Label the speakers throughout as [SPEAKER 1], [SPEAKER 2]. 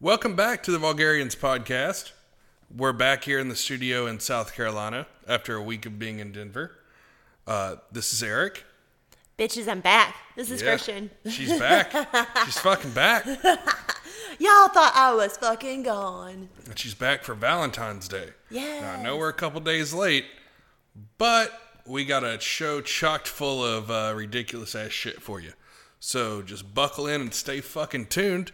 [SPEAKER 1] Welcome back to the Vulgarians podcast. We're back here in the studio in South Carolina after a week of being in Denver. Uh, this is Eric.
[SPEAKER 2] Bitches, I'm back. This is
[SPEAKER 1] Yeah.
[SPEAKER 2] Christian.
[SPEAKER 1] She's back. she's fucking back.
[SPEAKER 2] Y'all thought I was fucking gone.
[SPEAKER 1] And she's back for Valentine's Day. Now, I know
[SPEAKER 2] Yes.
[SPEAKER 1] we're a couple days late, but we got a show chocked full of uh, ridiculous ass shit for you. So just buckle in and stay fucking tuned.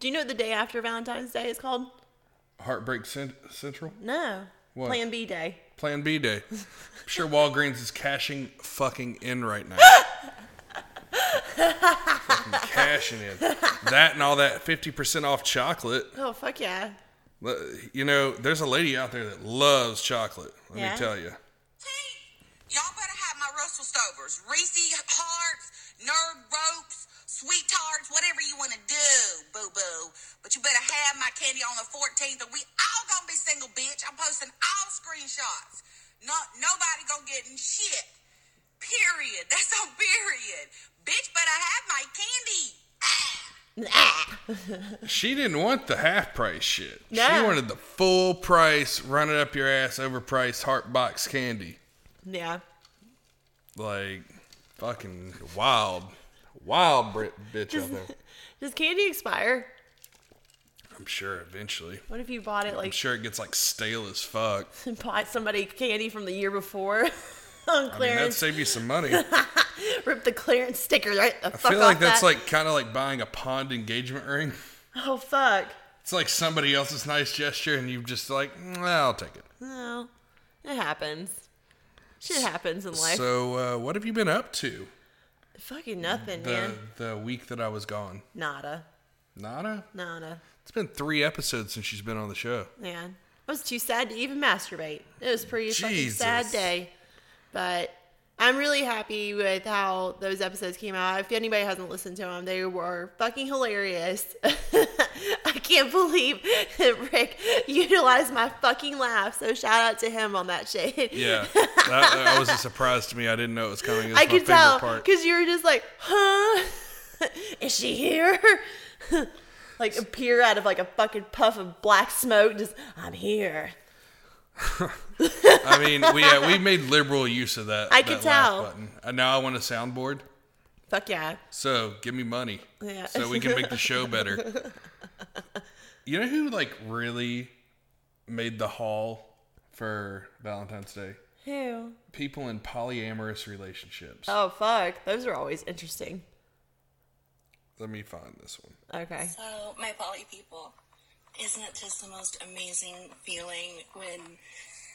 [SPEAKER 2] Do you know what the day after Valentine's Day is called?
[SPEAKER 1] Heartbreak Cent- Central?
[SPEAKER 2] No.
[SPEAKER 1] What?
[SPEAKER 2] Plan B Day.
[SPEAKER 1] Plan B Day. I'm sure Walgreens is cashing fucking in right now. fucking cashing in. That and all that 50% off chocolate.
[SPEAKER 2] Oh fuck yeah.
[SPEAKER 1] Le- You know, there's a lady out there that loves chocolate. Let
[SPEAKER 2] Yeah.
[SPEAKER 1] me tell you.
[SPEAKER 3] Y'all better have my Russell Stovers, Reese hearts, nerd ropes, sweet tarts, whatever you want to do, boo boo. But you better have my candy on the 14th, and we all gonna be single, bitch. I'm posting all screenshots. No, nobody gonna get in shit. Period. That's on period. Bitch, better have my candy. Ah.
[SPEAKER 2] Ah.
[SPEAKER 1] She didn't want the half price shit. She
[SPEAKER 2] No.
[SPEAKER 1] wanted the full price, run it up your ass, overpriced heart box candy.
[SPEAKER 2] Yeah.
[SPEAKER 1] Like, fucking wild, wild Brit bitch out there.
[SPEAKER 2] Does candy expire?
[SPEAKER 1] I'm sure eventually.
[SPEAKER 2] What if you bought it
[SPEAKER 1] I'm
[SPEAKER 2] like
[SPEAKER 1] sure it gets like stale as fuck.
[SPEAKER 2] bought somebody candy from the year before on
[SPEAKER 1] I mean, that'd
[SPEAKER 2] clearance?
[SPEAKER 1] save you some money. I
[SPEAKER 2] Rip the clearance sticker right the fuck
[SPEAKER 1] feel
[SPEAKER 2] off
[SPEAKER 1] like that's
[SPEAKER 2] that.
[SPEAKER 1] like kind of like buying a pond engagement ring.
[SPEAKER 2] oh fuck.
[SPEAKER 1] It's like somebody else's nice gesture, and you just like, "Mm, I'll take it.
[SPEAKER 2] No. It happens. Shit happens in life.
[SPEAKER 1] So, uh, what have you been up to
[SPEAKER 2] fucking nothing,
[SPEAKER 1] the
[SPEAKER 2] man.
[SPEAKER 1] the week that I was gone?
[SPEAKER 2] Nada.
[SPEAKER 1] Nada.
[SPEAKER 2] Nada.
[SPEAKER 1] It's been three episodes since she's been on the show.
[SPEAKER 2] Man, I was too sad to even masturbate. It was a pretty fucking
[SPEAKER 1] Jesus.
[SPEAKER 2] sad day. But I'm really happy with how those episodes came out. If anybody hasn't listened to them, they were fucking hilarious. I can't believe that Rick utilized my fucking laugh. So shout out to him on that shit.
[SPEAKER 1] Yeah, that, that was a surprise to me. I didn't know it was coming. It was
[SPEAKER 2] I
[SPEAKER 1] my
[SPEAKER 2] could
[SPEAKER 1] favorite
[SPEAKER 2] tell
[SPEAKER 1] part.
[SPEAKER 2] because you were just like, huh? Is she here? like appear out of like a fucking puff of black smoke. Just I'm here.
[SPEAKER 1] I mean, we uh, we made liberal use of that.
[SPEAKER 2] I
[SPEAKER 1] that
[SPEAKER 2] could
[SPEAKER 1] laugh
[SPEAKER 2] tell.
[SPEAKER 1] Button. And now I want a soundboard.
[SPEAKER 2] Fuck yeah.
[SPEAKER 1] So give me money.
[SPEAKER 2] Yeah.
[SPEAKER 1] So we can make the show better. you know who like really made the haul for Valentine's Day?
[SPEAKER 2] Who?
[SPEAKER 1] People in polyamorous relationships.
[SPEAKER 2] Oh fuck, those are always interesting.
[SPEAKER 1] Let me find this one.
[SPEAKER 2] Okay.
[SPEAKER 4] So, my poly people, isn't it just the most amazing feeling when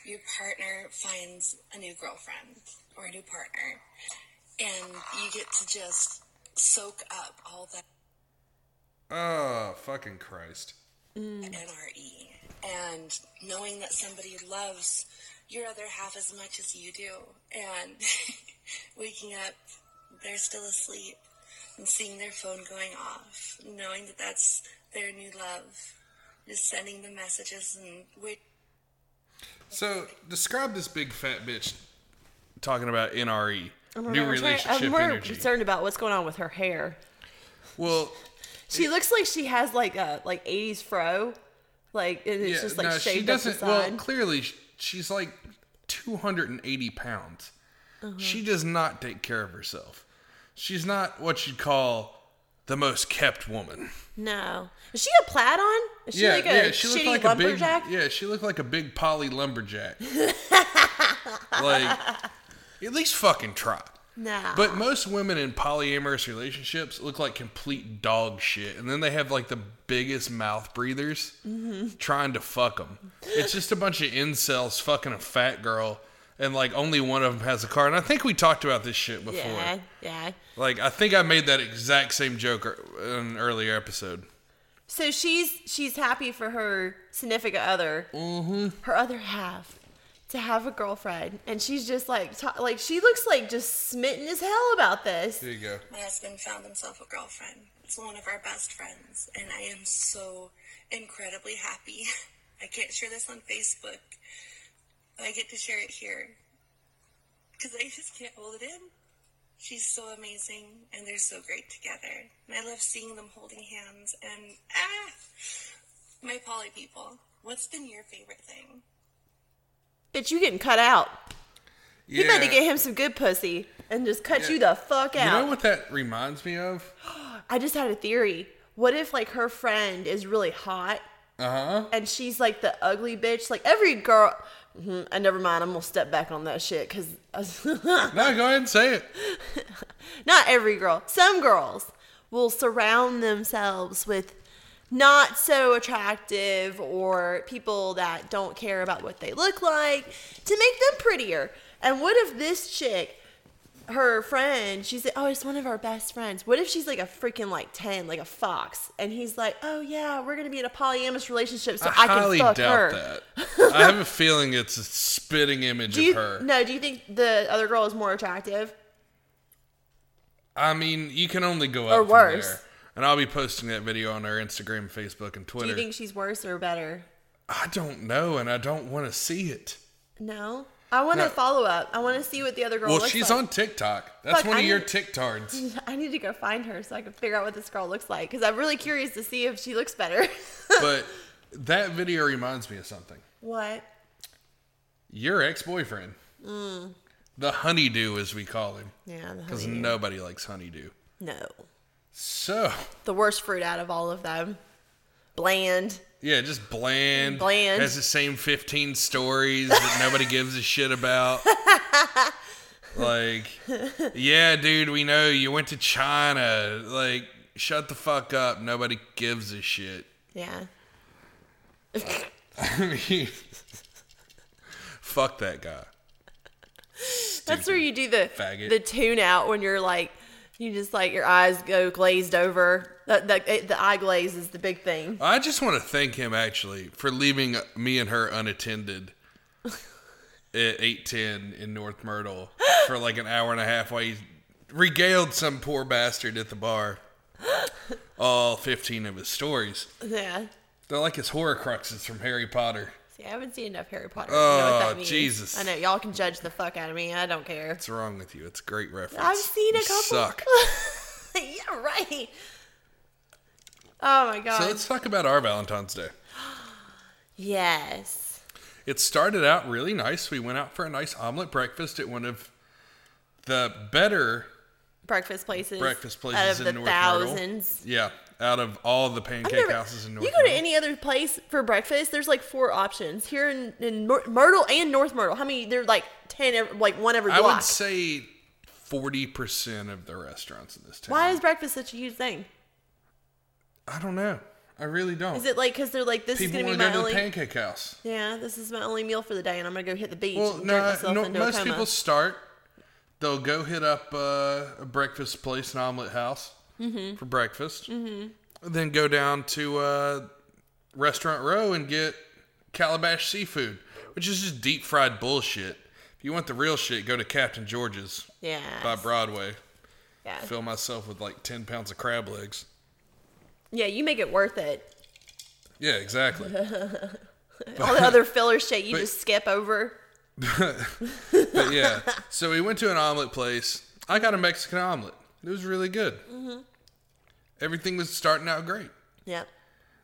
[SPEAKER 4] your partner finds a new girlfriend or a new partner and you get to just soak up all that
[SPEAKER 1] Oh, fucking Christ.
[SPEAKER 4] NRE E. and knowing that somebody loves your other half as much as you do and waking up they're still asleep and seeing their phone going off knowing that that's their new love just sending the messages and wait
[SPEAKER 1] So describe this big fat bitch talking about NRE. New
[SPEAKER 2] Oh I'm trying-
[SPEAKER 1] relationship
[SPEAKER 2] I'm more
[SPEAKER 1] energy.
[SPEAKER 2] concerned about what's going on with her hair.
[SPEAKER 1] Well,
[SPEAKER 2] She looks like she has like a like 80s fro, like and it's
[SPEAKER 1] yeah,
[SPEAKER 2] just like
[SPEAKER 1] no, she
[SPEAKER 2] shaved up the
[SPEAKER 1] doesn't. Well,
[SPEAKER 2] side.
[SPEAKER 1] clearly sh- she's like 280 pounds.
[SPEAKER 2] Uh-huh.
[SPEAKER 1] She does not take care of herself. She's not what you'd call the most kept woman.
[SPEAKER 2] no, is she a plaid on? Is she
[SPEAKER 1] yeah,
[SPEAKER 2] like a
[SPEAKER 1] yeah, she
[SPEAKER 2] shitty
[SPEAKER 1] looked like
[SPEAKER 2] lumberjack?
[SPEAKER 1] a big. Yeah, she looked like a big poly lumberjack. like, at least fucking try.
[SPEAKER 2] No,
[SPEAKER 1] But most women in polyamorous relationships look like complete dog shit, and then they have like the biggest mouth breathers trying to fuck them. It's just a bunch of incels fucking a fat girl, and like only one of them has a car. And I think we talked about this shit before.
[SPEAKER 2] yeah, yeah.
[SPEAKER 1] Like I think I made that exact same joke er- in an earlier episode.
[SPEAKER 2] So she's she's happy for her significant other, mm-hmm. her other half, to have a girlfriend, and she's just like ta- like she looks like just smitten as hell about this.
[SPEAKER 1] There you go.
[SPEAKER 4] my husband found himself a girlfriend it's one of our best friends and i am so incredibly happy i can't share this on facebook but i get to share it here because i just can't hold it in She's so amazing, and they're so great together. And I love seeing them holding hands. And ah, My poly people, what's been your favorite thing?
[SPEAKER 2] Bitch, you getting cut out.
[SPEAKER 1] Yeah.
[SPEAKER 2] You better get him some good pussy and just cut
[SPEAKER 1] Yeah.
[SPEAKER 2] you the fuck
[SPEAKER 1] You
[SPEAKER 2] out.
[SPEAKER 1] know what that reminds me of?
[SPEAKER 2] I just had a theory. What if like her friend is really hot
[SPEAKER 1] Uh huh.
[SPEAKER 2] and she's like the ugly bitch? Like every girl. Mhm, I never mind. I'm gonna step back on that shit because
[SPEAKER 1] No, go ahead and say it.
[SPEAKER 2] not every girl. Some girls will surround themselves with not so attractive or people that don't care about what they look like to make them prettier. And what if this chick, her friend, she's like, oh, it's one of our best friends. What if she's like a freaking like 10, like a fox? And he's like, oh, yeah, we're going to be in a polyamorous relationship so I, can
[SPEAKER 1] highly
[SPEAKER 2] fuck
[SPEAKER 1] doubt
[SPEAKER 2] her.
[SPEAKER 1] that. I have a feeling it's a spitting image
[SPEAKER 2] Do you,
[SPEAKER 1] of her.
[SPEAKER 2] no, do you think the other girl is more attractive?
[SPEAKER 1] I mean, you can only go up
[SPEAKER 2] Or
[SPEAKER 1] from
[SPEAKER 2] worse.
[SPEAKER 1] there. And I'll be posting that video on our Instagram, Facebook, and
[SPEAKER 2] Do
[SPEAKER 1] Twitter.
[SPEAKER 2] you think she's worse or better?
[SPEAKER 1] I don't know, and I don't want to see it.
[SPEAKER 2] No. I want to
[SPEAKER 1] No.
[SPEAKER 2] follow up. I want to see what the other girl
[SPEAKER 1] Well,
[SPEAKER 2] looks
[SPEAKER 1] she's
[SPEAKER 2] like.
[SPEAKER 1] on TikTok. That's
[SPEAKER 2] Fuck,
[SPEAKER 1] one
[SPEAKER 2] I
[SPEAKER 1] of your
[SPEAKER 2] need-
[SPEAKER 1] TikTards.
[SPEAKER 2] I need to go find her so I can figure out what this girl looks like because I'm really curious to see if she looks better.
[SPEAKER 1] but that video reminds me of something.
[SPEAKER 2] what?
[SPEAKER 1] Your ex-boyfriend, the honeydew, as we call him,
[SPEAKER 2] Yeah. the
[SPEAKER 1] because
[SPEAKER 2] Mm. honeydew.
[SPEAKER 1] nobody likes honeydew.
[SPEAKER 2] No.
[SPEAKER 1] So
[SPEAKER 2] The worst fruit out of all of them. Bland.
[SPEAKER 1] yeah, just bland.
[SPEAKER 2] Bland.
[SPEAKER 1] has the same fifteen stories that nobody gives a shit about. Like, yeah, dude, we know you went to China. Like, shut the fuck up. Nobody gives a shit.
[SPEAKER 2] Yeah.
[SPEAKER 1] I mean, fuck that guy.
[SPEAKER 2] That's where you do the
[SPEAKER 1] faggot.
[SPEAKER 2] the tune out when you're like, you just like your eyes go glazed over. The, the, the eye glaze is the big thing.
[SPEAKER 1] I just want to thank him actually for leaving me and her unattended at eight ten in North Myrtle for like an hour and a half while he regaled some poor bastard at the bar. All fifteen of his stories.
[SPEAKER 2] Yeah.
[SPEAKER 1] They're like his horcruxes from Harry Potter.
[SPEAKER 2] See, I haven't seen enough Harry Potter. to know what
[SPEAKER 1] Oh,
[SPEAKER 2] that means.
[SPEAKER 1] Jesus.
[SPEAKER 2] I know. Y'all can judge the fuck out of me. I don't care.
[SPEAKER 1] What's wrong with you? It's a great reference.
[SPEAKER 2] I've seen a
[SPEAKER 1] You
[SPEAKER 2] couple.
[SPEAKER 1] Suck.
[SPEAKER 2] yeah, right. Oh my god.
[SPEAKER 1] So let's talk about our Valentine's Day.
[SPEAKER 2] yes.
[SPEAKER 1] It started out really nice. We went out for a nice omelet breakfast at one of the better
[SPEAKER 2] Breakfast places.
[SPEAKER 1] breakfast places
[SPEAKER 2] out of
[SPEAKER 1] in
[SPEAKER 2] the
[SPEAKER 1] North Myrtle.
[SPEAKER 2] thousands.
[SPEAKER 1] Yeah, out of all the pancake
[SPEAKER 2] I've never-
[SPEAKER 1] houses in North
[SPEAKER 2] you go to
[SPEAKER 1] Myrtle.
[SPEAKER 2] any other place for breakfast, there's like four options here in, in Myr- Myrtle and North Myrtle. How many? There's like ten, ev- like one every
[SPEAKER 1] I
[SPEAKER 2] block.
[SPEAKER 1] would say forty percent of the restaurants in this town.
[SPEAKER 2] Why is breakfast such a huge thing?
[SPEAKER 1] I don't know. I really don't.
[SPEAKER 2] Is it like because they're like this
[SPEAKER 1] People
[SPEAKER 2] is gonna
[SPEAKER 1] want
[SPEAKER 2] be
[SPEAKER 1] to
[SPEAKER 2] my
[SPEAKER 1] go to
[SPEAKER 2] only?
[SPEAKER 1] the pancake house.
[SPEAKER 2] yeah, this is my only meal for the day, and I'm gonna go hit the beach
[SPEAKER 1] Well,
[SPEAKER 2] and
[SPEAKER 1] no,
[SPEAKER 2] drink
[SPEAKER 1] I-
[SPEAKER 2] myself
[SPEAKER 1] no,
[SPEAKER 2] into a
[SPEAKER 1] most
[SPEAKER 2] coma.
[SPEAKER 1] people start. They'll go hit up uh, a breakfast place, an omelet house for breakfast. Mm-hmm. Then go down to uh, Restaurant Row and get Calabash seafood, which is just deep fried bullshit. If you want the real shit, go to Captain George's by
[SPEAKER 2] yeah,
[SPEAKER 1] Broadway.
[SPEAKER 2] yeah,
[SPEAKER 1] Fill myself with like 10 pounds of crab legs.
[SPEAKER 2] yeah. You make it worth it.
[SPEAKER 1] Yeah, exactly.
[SPEAKER 2] All the other filler shit you
[SPEAKER 1] but-
[SPEAKER 2] just skip over.
[SPEAKER 1] But yeah, so we went to an omelet place. I got a Mexican omelet. It was really good. Everything was starting out great.
[SPEAKER 2] Yep.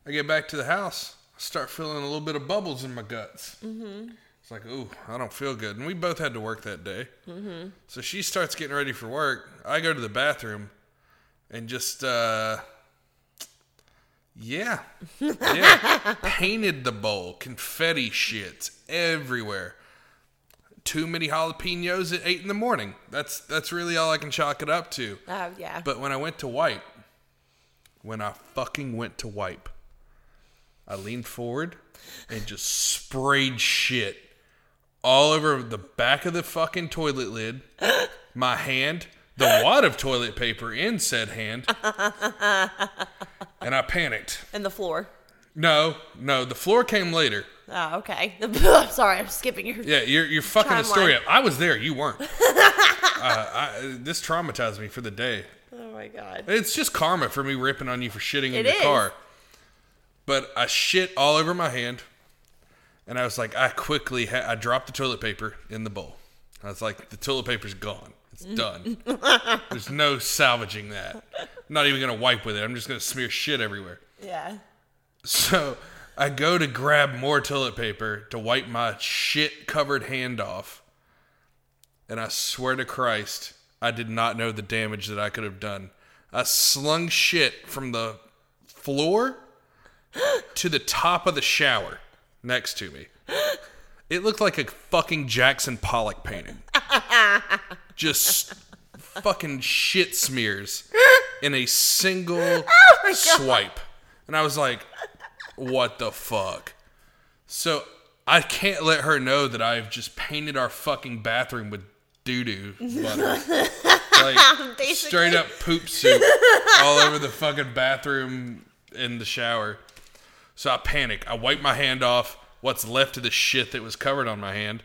[SPEAKER 1] I get back to the house, start feeling a little bit of bubbles in my guts. Mm-hmm. It's like, ooh, I don't feel good. And we both had to work that day. Mm-hmm. So she starts getting ready for work. I go to the bathroom and just, uh, yeah. Yeah. Painted the bowl, confetti shits everywhere. Too many jalapenos at eight in the morning. That's that's really all I can chalk it up to.
[SPEAKER 2] Oh yeah.
[SPEAKER 1] But when I went to wipe, when I fucking went to wipe, I leaned forward and just sprayed shit all over the back of the fucking toilet lid, my hand, the wad of toilet paper in said hand, and I panicked.
[SPEAKER 2] and the floor.
[SPEAKER 1] No, no, the floor came later.
[SPEAKER 2] Oh okay. I'm sorry, I'm skipping your.
[SPEAKER 1] Yeah, you're, you're fucking the
[SPEAKER 2] Timeline.
[SPEAKER 1] story up. I was there, you weren't. uh, I, this traumatized me for the day.
[SPEAKER 2] Oh my god.
[SPEAKER 1] It's just karma for me ripping on you for shitting in
[SPEAKER 2] It
[SPEAKER 1] your
[SPEAKER 2] is.
[SPEAKER 1] car. But I shit all over my hand, and I was like, I quickly ha- I dropped the toilet paper in the bowl. I was like, the toilet paper's gone. It's done. There's no salvaging that. I'm not even gonna wipe with it. I'm just gonna smear shit everywhere.
[SPEAKER 2] Yeah.
[SPEAKER 1] So I go to grab more toilet paper to wipe my shit covered hand off. And I swear to Christ, I did not know the damage that I could have done. I slung shit from the floor to the top of the shower next to me. It looked like a fucking Jackson Pollock painting. Just fucking shit smears in a single swipe. And I was like, what the fuck? So I can't let her know that I've just painted our fucking bathroom with doo doo butter. like
[SPEAKER 2] Basically.
[SPEAKER 1] straight up poop soup all over the fucking bathroom in the shower. So I panic. I wipe my hand off what's left of the shit that was covered on my hand.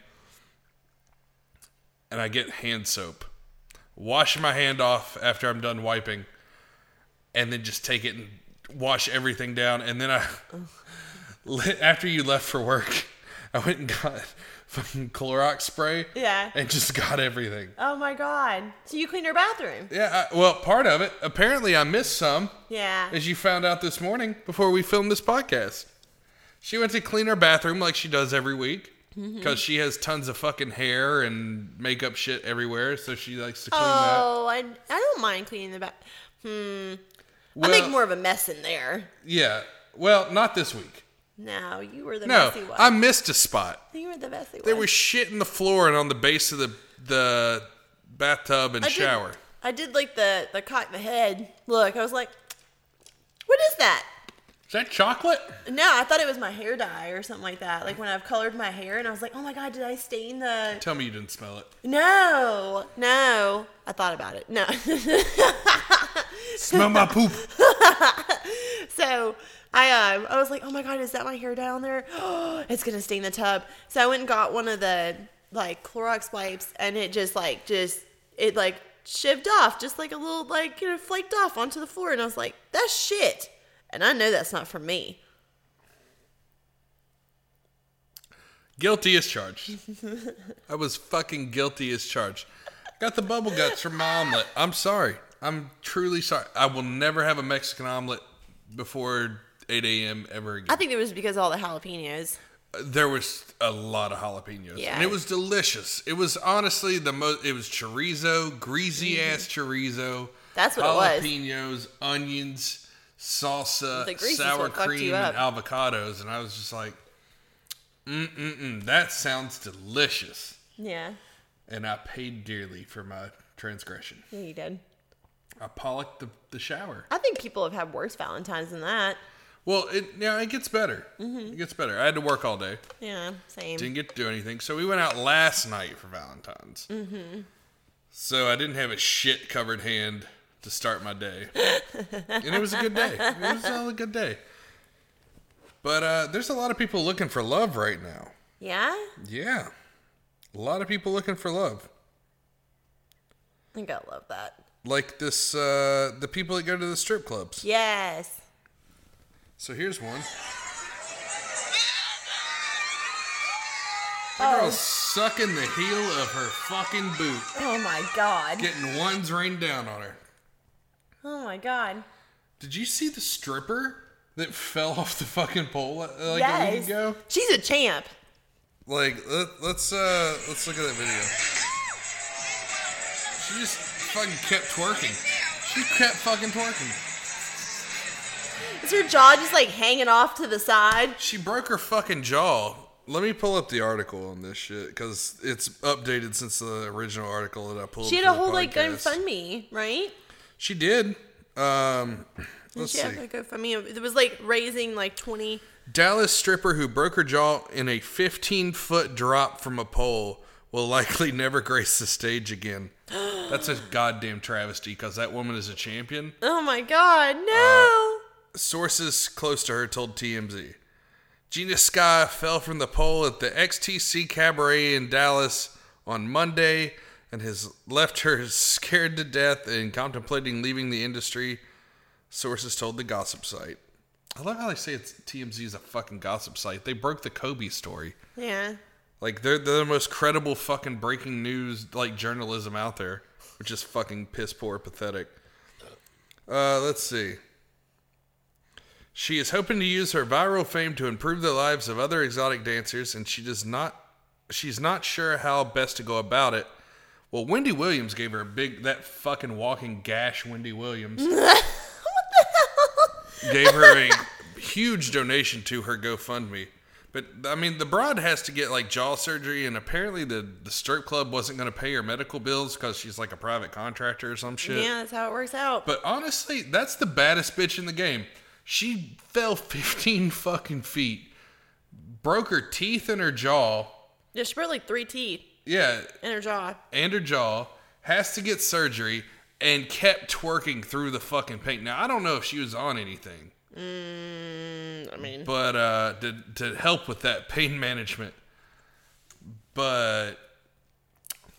[SPEAKER 1] And I get hand soap. Wash my hand off after I'm done wiping. And then just take it and wash everything down. And then I, li- after you left for work, I went and got fucking Clorox spray.
[SPEAKER 2] Yeah.
[SPEAKER 1] And just got everything.
[SPEAKER 2] Oh my god. So you cleaned her bathroom.
[SPEAKER 1] Yeah, I, well, part of it. Apparently, I missed some,
[SPEAKER 2] Yeah.
[SPEAKER 1] as you found out this morning before we filmed this podcast. She went to clean her bathroom like she does every week because
[SPEAKER 2] Mm-hmm.
[SPEAKER 1] she has tons of fucking hair and makeup shit everywhere, so she likes to clean
[SPEAKER 2] Oh, I, I don't mind cleaning the bath. Hmm.
[SPEAKER 1] that. Well,
[SPEAKER 2] I make more of a mess in there.
[SPEAKER 1] Yeah. Well, not this week.
[SPEAKER 2] No, you were the
[SPEAKER 1] No,
[SPEAKER 2] messy one.
[SPEAKER 1] I missed a spot.
[SPEAKER 2] you were the messy
[SPEAKER 1] There
[SPEAKER 2] one.
[SPEAKER 1] was shit in the floor and on the base of the the bathtub and
[SPEAKER 2] I did-
[SPEAKER 1] shower.
[SPEAKER 2] I did like the the cock the head look. I was like, what is that?
[SPEAKER 1] Is that chocolate?
[SPEAKER 2] No, I thought it was my hair dye or something like that. Like when I've colored my hair, and I was like, oh my god, did I stain the?
[SPEAKER 1] Tell me you didn't smell it.
[SPEAKER 2] No, no. I thought about it. No.
[SPEAKER 1] Smell my poop.
[SPEAKER 2] So I um I was like, oh my god, is that my hair down there? it's gonna stain the tub. So I went and got one of the like Clorox wipes, and it just like just it like shivved off, just like a little like you know flaked off onto the floor, and I was like, that's shit, and I know that's not for me.
[SPEAKER 1] Guilty as charged. I was fucking guilty as charged. Got the bubble guts from my omelet. I'm sorry. I'm truly sorry. I will never have a Mexican omelet before 8 a.m. ever
[SPEAKER 2] I
[SPEAKER 1] again. Uh,
[SPEAKER 2] think it was because of all the jalapenos.
[SPEAKER 1] There was a lot of jalapenos,
[SPEAKER 2] Yeah.
[SPEAKER 1] and it was delicious. It was honestly the most. It was chorizo, greasy ass chorizo.
[SPEAKER 2] That's what it was.
[SPEAKER 1] jalapenos, onions,
[SPEAKER 2] The
[SPEAKER 1] salsa,
[SPEAKER 2] grease is
[SPEAKER 1] sour
[SPEAKER 2] what fucked you
[SPEAKER 1] cream, and avocados, and I was just like, mm mm mm, that sounds delicious.
[SPEAKER 2] Yeah,
[SPEAKER 1] and I paid dearly for my transgression.
[SPEAKER 2] yeah, you did.
[SPEAKER 1] I pollocked the, the shower.
[SPEAKER 2] I think people have had worse Valentines than that.
[SPEAKER 1] Well, it now it gets better.
[SPEAKER 2] Mm-hmm.
[SPEAKER 1] It gets better. I had to work all day.
[SPEAKER 2] Yeah, same.
[SPEAKER 1] Didn't get to do anything, so we went out last night for Valentine's. Mm-hmm. So I didn't have a shit covered hand to start my day, and it was a good day. It was a good day. But uh, there's a lot of people looking for love right now.
[SPEAKER 2] Yeah,
[SPEAKER 1] Yeah, a lot of people looking for love.
[SPEAKER 2] I think I love that.
[SPEAKER 1] Like this, uh, the people that go to the strip clubs.
[SPEAKER 2] Yes.
[SPEAKER 1] So here's one.
[SPEAKER 2] Oh.
[SPEAKER 1] That girl's sucking the heel of her fucking boot,
[SPEAKER 2] Oh my god.
[SPEAKER 1] getting ones rained down on her.
[SPEAKER 2] Oh my god.
[SPEAKER 1] Did you see the stripper that fell off the fucking pole uh, like a week
[SPEAKER 2] yes.
[SPEAKER 1] ago?
[SPEAKER 2] She's a champ.
[SPEAKER 1] Like, let, let's uh, let's look at that video. She just fucking kept twerking. She kept fucking twerking.
[SPEAKER 2] Is her jaw just like hanging off to the side?
[SPEAKER 1] She broke her fucking jaw. Let me pull up the article on this shit because it's updated since the original article that I pulled.
[SPEAKER 2] She had
[SPEAKER 1] for
[SPEAKER 2] a
[SPEAKER 1] the
[SPEAKER 2] whole like
[SPEAKER 1] podcast.
[SPEAKER 2] GoFundMe, right?
[SPEAKER 1] She did. Um, let's
[SPEAKER 2] She
[SPEAKER 1] see.
[SPEAKER 2] had a GoFundMe. It was like raising like twenty.
[SPEAKER 1] Dallas stripper who broke her jaw in a 15 foot drop from a pole will likely never grace the stage again. That's a goddamn travesty because that woman is a champion.
[SPEAKER 2] Oh my god, no.
[SPEAKER 1] Sources close to her told TMZ. Gina Sky fell from the pole at the XTC Cabaret in Dallas on Monday and has left her scared to death and contemplating leaving the industry, sources told the gossip site. I love how they say it's TMZ is a fucking gossip site. They broke the Kobe story.
[SPEAKER 2] yeah.
[SPEAKER 1] Like they're, they're the most credible fucking breaking news like journalism out there, which is fucking piss poor pathetic. Uh, let's see. She is hoping to use her viral fame to improve the lives of other exotic dancers, and she does not. She's not sure how best to go about it. Well, Wendy Williams gave her a big that fucking walking gash. Wendy Williams gave her a huge donation to her GoFundMe. But I mean, the broad has to get like jaw surgery, and apparently the the strip club wasn't going to pay her medical bills because she's like a private contractor or some shit.
[SPEAKER 2] Yeah, that's how it works out.
[SPEAKER 1] But honestly, that's the baddest bitch in the game. She fell 15 fucking feet, broke her teeth and her jaw.
[SPEAKER 2] yeah, she broke like three teeth
[SPEAKER 1] Yeah,
[SPEAKER 2] in her jaw.
[SPEAKER 1] and her jaw. Has to get surgery and kept twerking through the fucking paint. Now, I don't know if she was on anything,
[SPEAKER 2] Mm, I mean,
[SPEAKER 1] but uh, to, to help with that pain management. But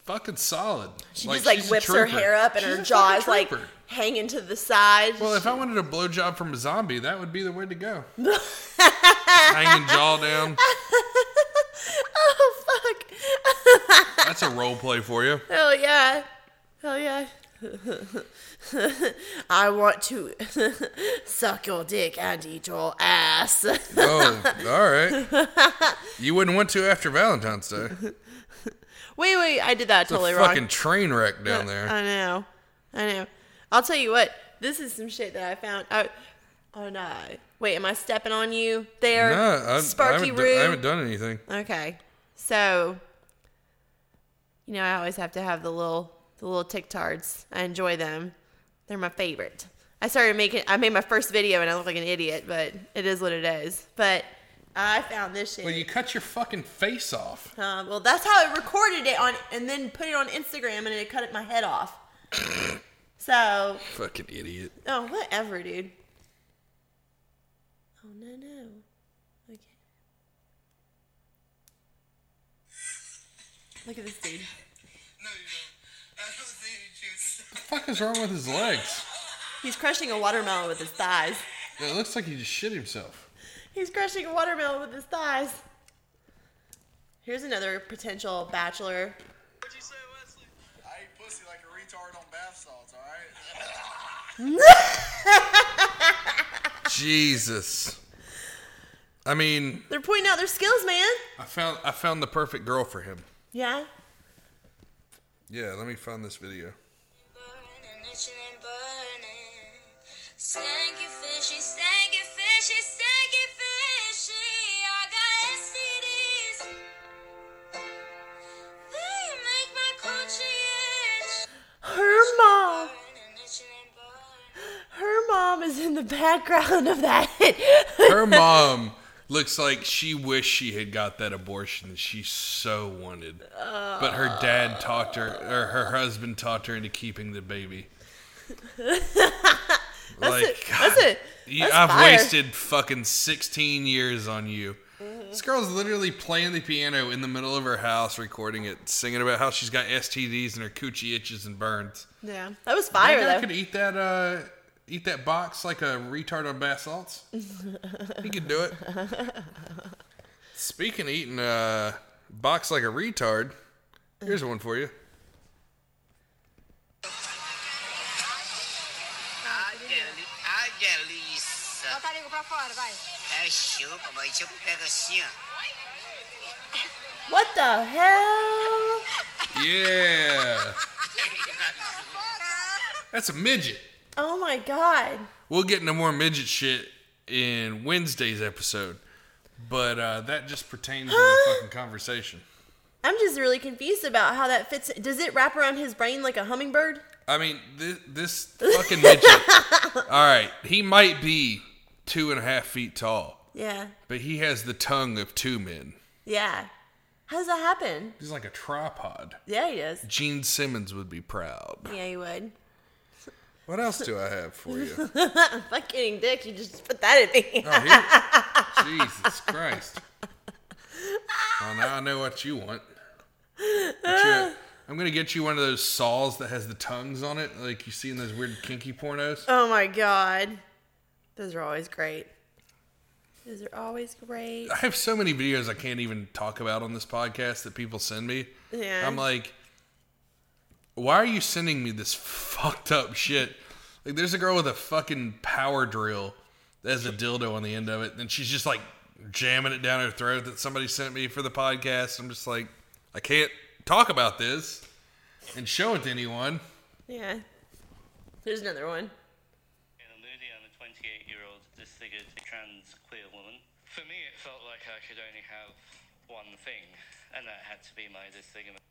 [SPEAKER 1] fucking solid.
[SPEAKER 2] she just like
[SPEAKER 1] she's a
[SPEAKER 2] whips her
[SPEAKER 1] trooper.
[SPEAKER 2] hair up and
[SPEAKER 1] She's
[SPEAKER 2] her
[SPEAKER 1] a
[SPEAKER 2] jaw
[SPEAKER 1] fucking
[SPEAKER 2] is like
[SPEAKER 1] trooper.
[SPEAKER 2] hanging to the side.
[SPEAKER 1] Well, if I wanted a blowjob from a zombie, that would be the way to go. Hanging jaw down.
[SPEAKER 2] oh fuck!
[SPEAKER 1] That's a role play for you.
[SPEAKER 2] Hell yeah! Hell yeah! I want to suck your dick and eat your ass.
[SPEAKER 1] Oh, all right. You wouldn't want to after Valentine's Day.
[SPEAKER 2] wait, wait, I did that totally wrong.
[SPEAKER 1] Fucking train wreck down there.
[SPEAKER 2] I know. I know. I'll tell you what. This is some shit that I found. I, oh no! Wait, am I stepping on you there,
[SPEAKER 1] No, I, I,
[SPEAKER 2] Sparky
[SPEAKER 1] haven't
[SPEAKER 2] Roo?
[SPEAKER 1] done, I haven't done anything.
[SPEAKER 2] Okay. So you know, I always have to have the little the little tick tarts. I enjoy them. They're my favorite. I started making I made my first video and I look like an idiot, but it is what it is. But I found this shit.
[SPEAKER 1] Well, you cut your fucking face off.
[SPEAKER 2] Uh, well, that's how I recorded it on and then put it on Instagram and it cut it my head off. so,
[SPEAKER 1] Fucking idiot.
[SPEAKER 2] oh, whatever, dude. Oh, no, no. Okay. Look at this dude.
[SPEAKER 3] No, you don't. I don't see any juice.
[SPEAKER 1] What the fuck is wrong with his legs?
[SPEAKER 2] He's crushing a watermelon with his thighs.
[SPEAKER 1] It looks like he just shit himself.
[SPEAKER 2] He's crushing a watermelon with his thighs. Here's another potential bachelor.
[SPEAKER 3] What'd you say, Wesley? I eat pussy like a retard on bath salts, alright?
[SPEAKER 1] Jesus. I mean,
[SPEAKER 2] They're pointing out their skills, man.
[SPEAKER 1] I found I found the perfect girl for him.
[SPEAKER 2] Yeah.
[SPEAKER 1] Yeah, let me find this video.
[SPEAKER 4] burning, itching and burning. Stanky fishy, stanky fishy, stanky fishy. I got STDs. They make my coochie itch.
[SPEAKER 2] Her mom.
[SPEAKER 4] Burning, itching and burning.
[SPEAKER 2] Her mom is in the background of that.
[SPEAKER 1] Her mom looks like she wished she had got that abortion that she so wanted. but her dad talked her, or her husband talked her into keeping the baby. like,
[SPEAKER 2] it. That's it.
[SPEAKER 1] you-
[SPEAKER 2] That's
[SPEAKER 1] I've
[SPEAKER 2] fire.
[SPEAKER 1] wasted fucking 16 years on you.
[SPEAKER 2] Mm-hmm.
[SPEAKER 1] This girl's literally playing the piano in the middle of her house, recording it, singing about how she's got STDs and her coochie itches and burns.
[SPEAKER 2] yeah. That was
[SPEAKER 1] I
[SPEAKER 2] fire,
[SPEAKER 1] guy
[SPEAKER 2] though.
[SPEAKER 1] could eat that, uh, eat that box like a retard on bath salts. he could do it. Speaking of eating a box like a retard, here's one for you.
[SPEAKER 5] A delícia.
[SPEAKER 4] Bota língua pra fora, vai.
[SPEAKER 5] É show, papai. Deixa eu pegar assim, ó.
[SPEAKER 2] What the hell?
[SPEAKER 1] Yeah. That's a midget.
[SPEAKER 2] Oh, my God.
[SPEAKER 1] We'll get into more midget shit in Wednesday's episode, but uh, that just pertains to the fucking conversation.
[SPEAKER 2] I'm just really confused about how that fits. Does it wrap around his brain like a hummingbird?
[SPEAKER 1] I mean, this, this fucking midget. All right, he might be two and a half feet tall.
[SPEAKER 2] Yeah.
[SPEAKER 1] But he has the tongue of two men.
[SPEAKER 2] Yeah. How does that happen?
[SPEAKER 1] He's like a tripod.
[SPEAKER 2] Yeah, he is.
[SPEAKER 1] Gene Simmons would be proud.
[SPEAKER 2] Yeah, he would.
[SPEAKER 1] What else do I have for you?
[SPEAKER 2] Fuck getting dick. You just put that in me.
[SPEAKER 1] Oh, here. Jesus Christ. Well, now I know what you want. What you- I'm going to get you one of those saws that has the tongues on it, like you see in those weird kinky pornos.
[SPEAKER 2] Oh my god. Those are always great. Those are always great.
[SPEAKER 1] I have so many videos I can't even talk about on this podcast that people send me.
[SPEAKER 2] Yeah.
[SPEAKER 1] I'm like, why are you sending me this fucked up shit? Like, there's a girl with a fucking power drill that has a dildo on the end of it, and she's just like jamming it down her throat that somebody sent me for the podcast. I'm just like, I can't talk about this and show it to anyone.
[SPEAKER 2] Yeah. There's another one.
[SPEAKER 6] In a movie, I'm a 28 year old disfigured trans queer woman. For me, it felt like I could only have one thing, and that had to be my disfigurement.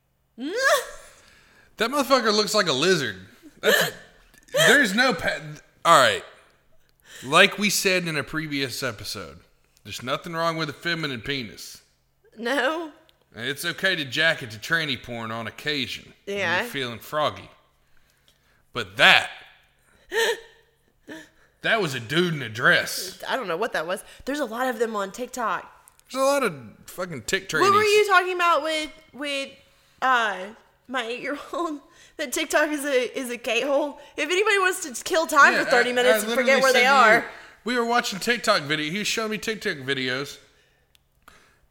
[SPEAKER 1] That motherfucker looks like a lizard. That's there's no pa- all right. Like we said in a previous episode, there's nothing wrong with a feminine penis.
[SPEAKER 2] no.
[SPEAKER 1] And it's okay to jack it to tranny porn on occasion. when
[SPEAKER 2] Yeah.
[SPEAKER 1] You're feeling froggy. But that that was a dude in a dress.
[SPEAKER 2] I don't know what that was. There's a lot of them on TikTok.
[SPEAKER 1] There's a lot of fucking tick trannies.
[SPEAKER 2] What were you talking about with with uh my eight year old? That TikTok is a is a gate hole. If anybody wants to kill time
[SPEAKER 1] Yeah,
[SPEAKER 2] for thirty
[SPEAKER 1] I- I
[SPEAKER 2] minutes and
[SPEAKER 1] literally
[SPEAKER 2] forget where
[SPEAKER 1] said
[SPEAKER 2] they
[SPEAKER 1] to you-
[SPEAKER 2] are,
[SPEAKER 1] we were watching TikTok video. He was showing me TikTok videos,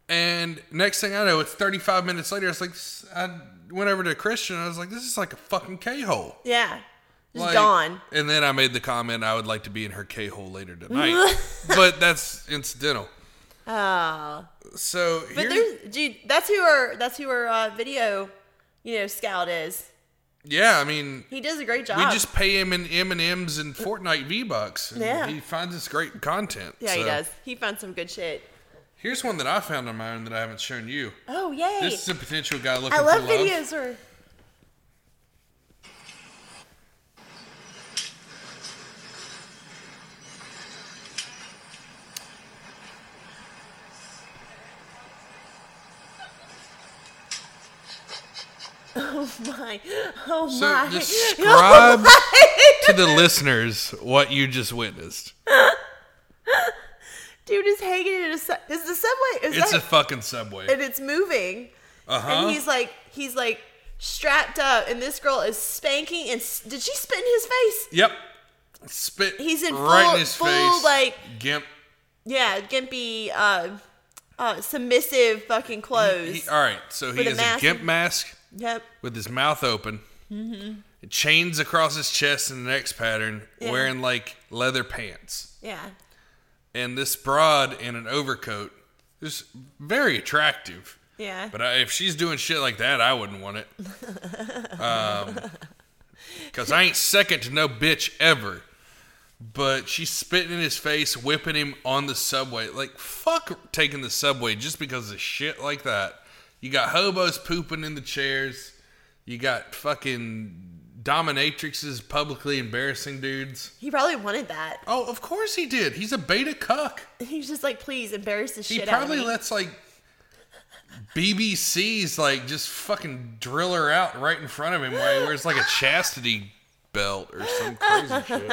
[SPEAKER 1] and next thing I know, it's 35 minutes later. It's like s- I went over to Christian. I was like, "This is like a fucking k hole."
[SPEAKER 2] yeah, just
[SPEAKER 1] Like,
[SPEAKER 2] gone.
[SPEAKER 1] And then I made the comment, "I would like to be in her k hole later tonight," but that's incidental.
[SPEAKER 2] Oh,
[SPEAKER 1] So
[SPEAKER 2] but
[SPEAKER 1] here's-
[SPEAKER 2] there's dude. That's who our that's who our uh, video, you know, scout is.
[SPEAKER 1] yeah, I mean,
[SPEAKER 2] He does a great job.
[SPEAKER 1] we just pay him in M and M's and Fortnite V bucks. and
[SPEAKER 2] Yeah.
[SPEAKER 1] he finds us great content.
[SPEAKER 2] yeah, he
[SPEAKER 1] So,
[SPEAKER 2] does. He found some good shit.
[SPEAKER 1] Here's one that I found on my own that I haven't shown you.
[SPEAKER 2] Oh yay!
[SPEAKER 1] This is a potential guy looking
[SPEAKER 2] I love
[SPEAKER 1] for love.
[SPEAKER 2] videos where Oh my! Oh
[SPEAKER 1] So
[SPEAKER 2] my!
[SPEAKER 1] describe to the listeners what you just witnessed.
[SPEAKER 2] Dude is hanging in a. Su- is the subway? Is
[SPEAKER 1] It's a
[SPEAKER 2] that?
[SPEAKER 1] fucking subway.
[SPEAKER 2] and it's moving.
[SPEAKER 1] Uh
[SPEAKER 2] and
[SPEAKER 1] huh.
[SPEAKER 2] he's like he's like strapped up and this girl is spanking and s- did she spit in his face
[SPEAKER 1] Yep. Spit.
[SPEAKER 2] He's in
[SPEAKER 1] right
[SPEAKER 2] full-
[SPEAKER 1] in his
[SPEAKER 2] full,
[SPEAKER 1] face.
[SPEAKER 2] like-
[SPEAKER 1] gimp.
[SPEAKER 2] yeah gimpy uh uh submissive fucking clothes
[SPEAKER 1] He, uh, all right, so he
[SPEAKER 2] With a
[SPEAKER 1] has a
[SPEAKER 2] mask.
[SPEAKER 1] gimp mask
[SPEAKER 2] yep
[SPEAKER 1] with his mouth open, chains across his chest in the next pattern,
[SPEAKER 2] Mm-hmm. Yeah.
[SPEAKER 1] wearing like leather pants,
[SPEAKER 2] yeah
[SPEAKER 1] and this broad in an overcoat is very attractive.
[SPEAKER 2] yeah
[SPEAKER 1] But I, if she's doing shit like that, I wouldn't want it. Because I ain't second to no bitch ever. But she's spitting in his face, whipping him on the subway. Like, fuck taking the subway just because of shit like that. You got hobos pooping in the chairs. You got fucking dominatrixes publicly embarrassing dudes.
[SPEAKER 2] he probably wanted that
[SPEAKER 1] Oh, of course he did. He's a beta cuck.
[SPEAKER 2] he's just like please embarrass the
[SPEAKER 1] He
[SPEAKER 2] shit out of
[SPEAKER 1] probably
[SPEAKER 2] me
[SPEAKER 1] lets like BBC's like just fucking drill her out right in front of him while he wears like a chastity belt or some crazy shit.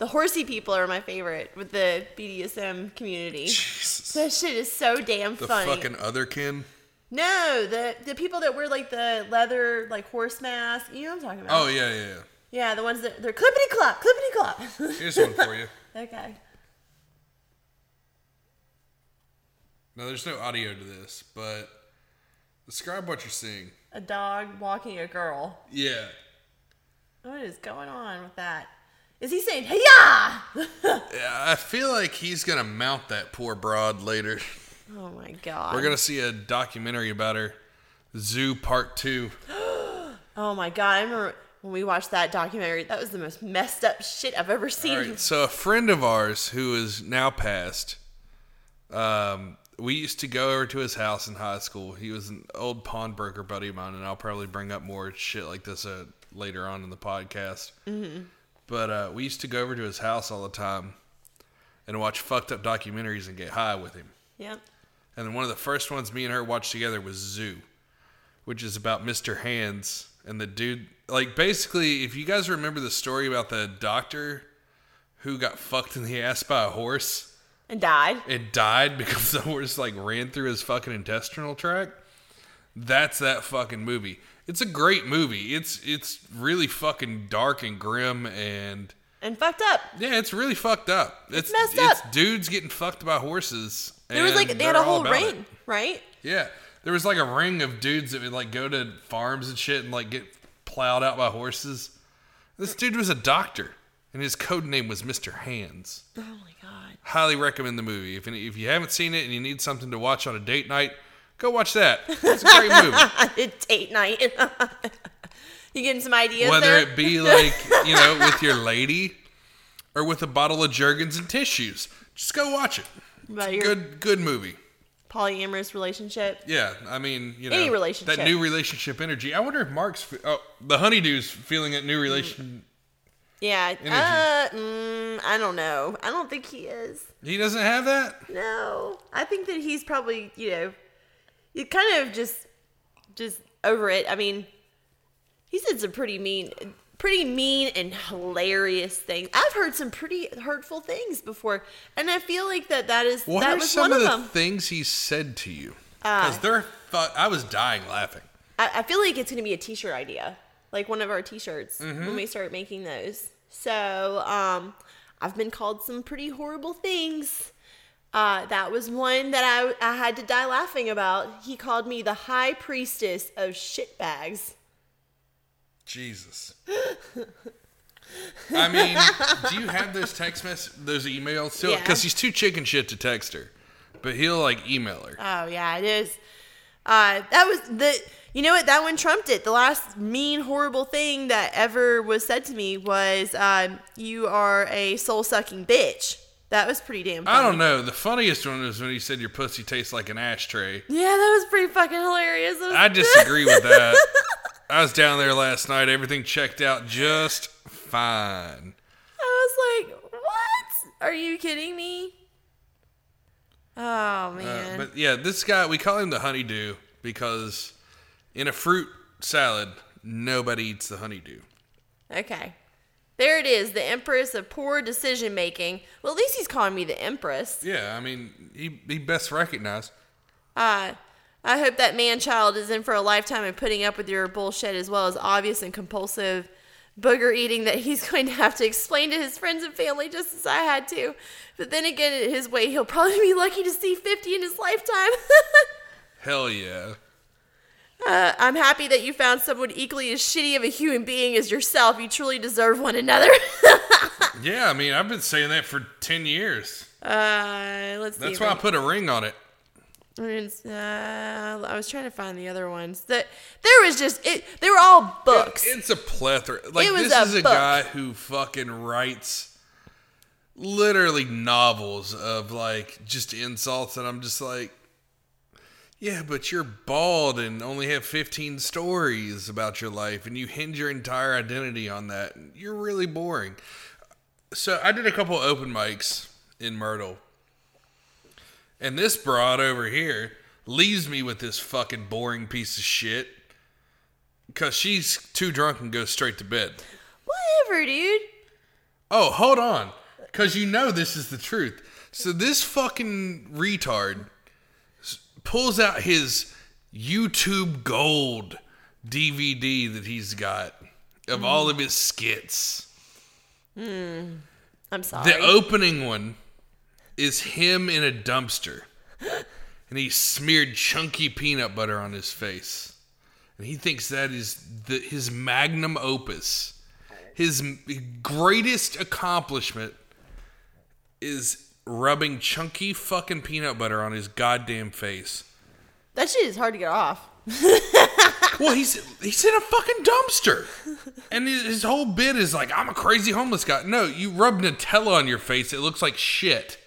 [SPEAKER 2] the horsey people are my favorite with the bdsm community
[SPEAKER 1] Jesus.
[SPEAKER 2] that shit is so damn
[SPEAKER 1] The
[SPEAKER 2] funny
[SPEAKER 1] fucking other kin.
[SPEAKER 2] no the the people that wear like the leather like horse mask you know what i'm talking about
[SPEAKER 1] Oh yeah, yeah. yeah.
[SPEAKER 2] yeah the ones that they're clippity clop clippity clop
[SPEAKER 1] Here's one for you.
[SPEAKER 2] Okay.
[SPEAKER 1] No, there's no audio to this, but describe what you're seeing.
[SPEAKER 2] A dog walking a girl.
[SPEAKER 1] Yeah.
[SPEAKER 2] What is going on with that? Is he saying, hey, yeah?
[SPEAKER 1] I feel like he's gonna mount that poor broad later.
[SPEAKER 2] Oh my God.
[SPEAKER 1] We're gonna see a documentary about her. Zoo Part Two.
[SPEAKER 2] oh my God. I remember when we watched that documentary, that was the most messed up shit I've ever seen.
[SPEAKER 1] All right. So a friend of ours who is now passed, um, we used to go over to his house in high school. He was an old pawnbroker buddy of mine, and I'll probably bring up more shit like this uh, later on in the podcast. Mm-hmm. But uh, we used to go over to his house all the time and watch fucked up documentaries and get high with him.
[SPEAKER 2] Yep.
[SPEAKER 1] And then one of the first ones me and her watched together was Zoo, which is about Mr. Hands and the dude. Like, basically, if you guys remember the story about the doctor who got fucked in the ass by a horse
[SPEAKER 2] And died.
[SPEAKER 1] and died because the horse, like, ran through his fucking intestinal tract, that's that fucking movie. It's a great movie. It's it's really fucking dark and grim and
[SPEAKER 2] And fucked up.
[SPEAKER 1] yeah, it's really fucked up. It's
[SPEAKER 2] messed
[SPEAKER 1] it's
[SPEAKER 2] up.
[SPEAKER 1] dudes getting fucked by horses.
[SPEAKER 2] There was
[SPEAKER 1] and
[SPEAKER 2] like, they
[SPEAKER 1] they're
[SPEAKER 2] had a
[SPEAKER 1] all
[SPEAKER 2] whole
[SPEAKER 1] about it.
[SPEAKER 2] ring, right?
[SPEAKER 1] Yeah, there was like a ring of dudes that would like go to farms and shit and like get plowed out by horses. This dude was a doctor. and his code name was Mr. Hands.
[SPEAKER 2] Oh my god.
[SPEAKER 1] Highly recommend the movie. If, if you haven't seen it and you need something to watch on a date night, go watch that. It's a great movie.
[SPEAKER 2] Date night. you getting some ideas
[SPEAKER 1] Whether
[SPEAKER 2] there?
[SPEAKER 1] it be like, you know, with your lady or with a bottle of Jergens and tissues. Just go watch it.
[SPEAKER 2] about your
[SPEAKER 1] Good good movie.
[SPEAKER 2] polyamorous relationship.
[SPEAKER 1] Yeah, I mean, you know,
[SPEAKER 2] Any relationship.
[SPEAKER 1] that new relationship energy. I wonder if Mark's fe- oh, the honeydew's feeling that new relation.
[SPEAKER 2] Yeah. Uh, mm, I don't know. I don't think he is.
[SPEAKER 1] He doesn't have that.
[SPEAKER 2] No. I think that he's probably, you know, you kind of just just over it. I mean, he said some pretty mean pretty mean and hilarious things. I've heard some pretty hurtful things before, and I feel like that that is
[SPEAKER 1] What
[SPEAKER 2] that
[SPEAKER 1] are
[SPEAKER 2] was
[SPEAKER 1] some
[SPEAKER 2] one
[SPEAKER 1] of
[SPEAKER 2] of
[SPEAKER 1] the
[SPEAKER 2] them. Uh.
[SPEAKER 1] things he said to you? Because they're fu- I was dying laughing.
[SPEAKER 2] I, I feel like it's going to be a t-shirt idea, like one of our t-shirts when we start making those. So, um, I've been called some pretty horrible things. Uh, that was one that I, I had to die laughing about. He called me the high priestess of shitbags.
[SPEAKER 1] Jesus. I mean, do you have those text mess those emails still?
[SPEAKER 2] Yeah.
[SPEAKER 1] Because he's too chicken shit to text her, but he'll like email her.
[SPEAKER 2] Oh yeah, it is. Uh, that was the. You know what? That one trumped it. The last mean, horrible thing that ever was said to me was, um, "You are a soul sucking bitch." That was pretty damn. Funny.
[SPEAKER 1] I don't know. The funniest one was when he said your pussy tastes like an ashtray.
[SPEAKER 2] Yeah, that was pretty fucking hilarious. That was-
[SPEAKER 1] I disagree with that. I was down there last night. Everything checked out just fine.
[SPEAKER 2] I was like, "What? Are you kidding me?" Oh
[SPEAKER 1] Uh,
[SPEAKER 2] man.
[SPEAKER 1] but yeah, this guy, we call him the honeydew because in a fruit salad, nobody eats the honeydew.
[SPEAKER 2] okay. There it is, the empress of poor decision making. Well, at least he's calling me the empress.
[SPEAKER 1] Yeah, I mean, he, he best recognized.
[SPEAKER 2] Uh, I hope that man child is in for a lifetime of putting up with your bullshit as well as obvious and compulsive booger eating that he's going to have to explain to his friends and family just as I had to. But then again, his way, he'll probably be lucky to see 50 in his lifetime.
[SPEAKER 1] Hell yeah.
[SPEAKER 2] uh, I'm happy that you found someone equally as shitty of a human being as yourself. You truly deserve one another.
[SPEAKER 1] Yeah, I mean, I've been saying that for 10 years.
[SPEAKER 2] uh, let's see.
[SPEAKER 1] That's
[SPEAKER 2] if
[SPEAKER 1] why I
[SPEAKER 2] can-
[SPEAKER 1] put a ring on it.
[SPEAKER 2] It's, uh, I was trying to find the other ones. That there was just it. They were all books.
[SPEAKER 1] It's a plethora. Like
[SPEAKER 2] It was
[SPEAKER 1] this
[SPEAKER 2] a
[SPEAKER 1] is a
[SPEAKER 2] book.
[SPEAKER 1] guy who fucking writes literally novels of like just insults and I'm just like yeah, but you're bald and only have 15 stories about your life and you hinge your entire identity on that. You're really boring. So I did a couple open mics in Myrtle. And this broad over here leaves me with this fucking boring piece of shit. Cause she's too drunk and goes straight to bed.
[SPEAKER 2] Whatever, dude.
[SPEAKER 1] Oh, hold on. Cause you know this is the truth. So this fucking retard s- pulls out his YouTube Gold DVD that he's got of all of his skits.
[SPEAKER 2] I'm sorry.
[SPEAKER 1] The opening one is him in a dumpster. And he smeared chunky peanut butter on his face. And he thinks that is the, his magnum opus. His m- greatest accomplishment is rubbing chunky fucking peanut butter on his goddamn face.
[SPEAKER 2] that shit is hard to get off.
[SPEAKER 1] Well, he's he's in a fucking dumpster, and his his whole bit is like, "I'm a crazy homeless guy." No, you rub Nutella on your face; it looks like shit.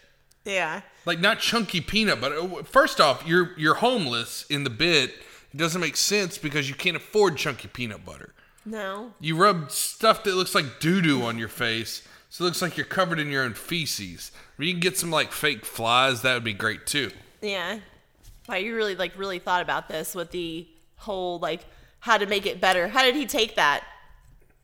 [SPEAKER 2] Yeah.
[SPEAKER 1] like not chunky peanut butter. Uh, First off, you're you're homeless in the bit. It doesn't make sense because you can't afford chunky peanut butter.
[SPEAKER 2] No.
[SPEAKER 1] You rub stuff that looks like doo doo on your face, so it looks like you're covered in your own feces. If you can get some like fake flies, that would be great too.
[SPEAKER 2] Yeah. Wow, you really like really thought about this with the whole like how to make it better. How did he take that?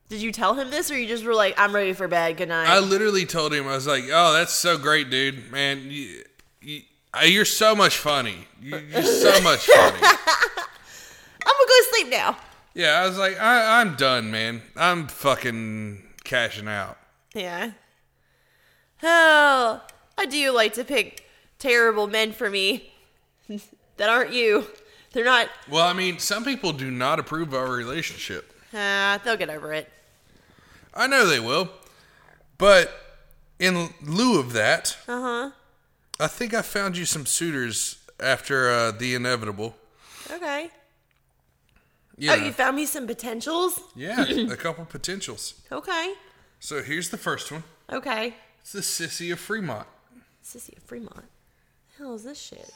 [SPEAKER 2] Did you tell him this, or you just were like, "I'm ready for bed. Good night."
[SPEAKER 1] I literally told him I was like, "Oh, that's so great, dude, man. You, you, uh, you're so much funny. You, you're so much funny."
[SPEAKER 2] I'm gonna go sleep now.
[SPEAKER 1] Yeah, I was like, I, "I'm done, man. I'm fucking cashing out."
[SPEAKER 2] Yeah. Oh, I do like to pick terrible men for me that aren't you. They're not.
[SPEAKER 1] Well, I mean, some people do not approve of our relationship.
[SPEAKER 2] Uh, they'll get over it.
[SPEAKER 1] I know they will. But in lieu of that, uh-huh. I think I found you some suitors after uh, the inevitable.
[SPEAKER 2] Okay.
[SPEAKER 1] Yeah,
[SPEAKER 2] Oh, you found me some potentials?
[SPEAKER 1] yeah, a couple potentials.
[SPEAKER 2] Okay.
[SPEAKER 1] So here's the first one.
[SPEAKER 2] Okay.
[SPEAKER 1] It's the sissy of Fremont.
[SPEAKER 2] Sissy of Fremont. The hell is this shit?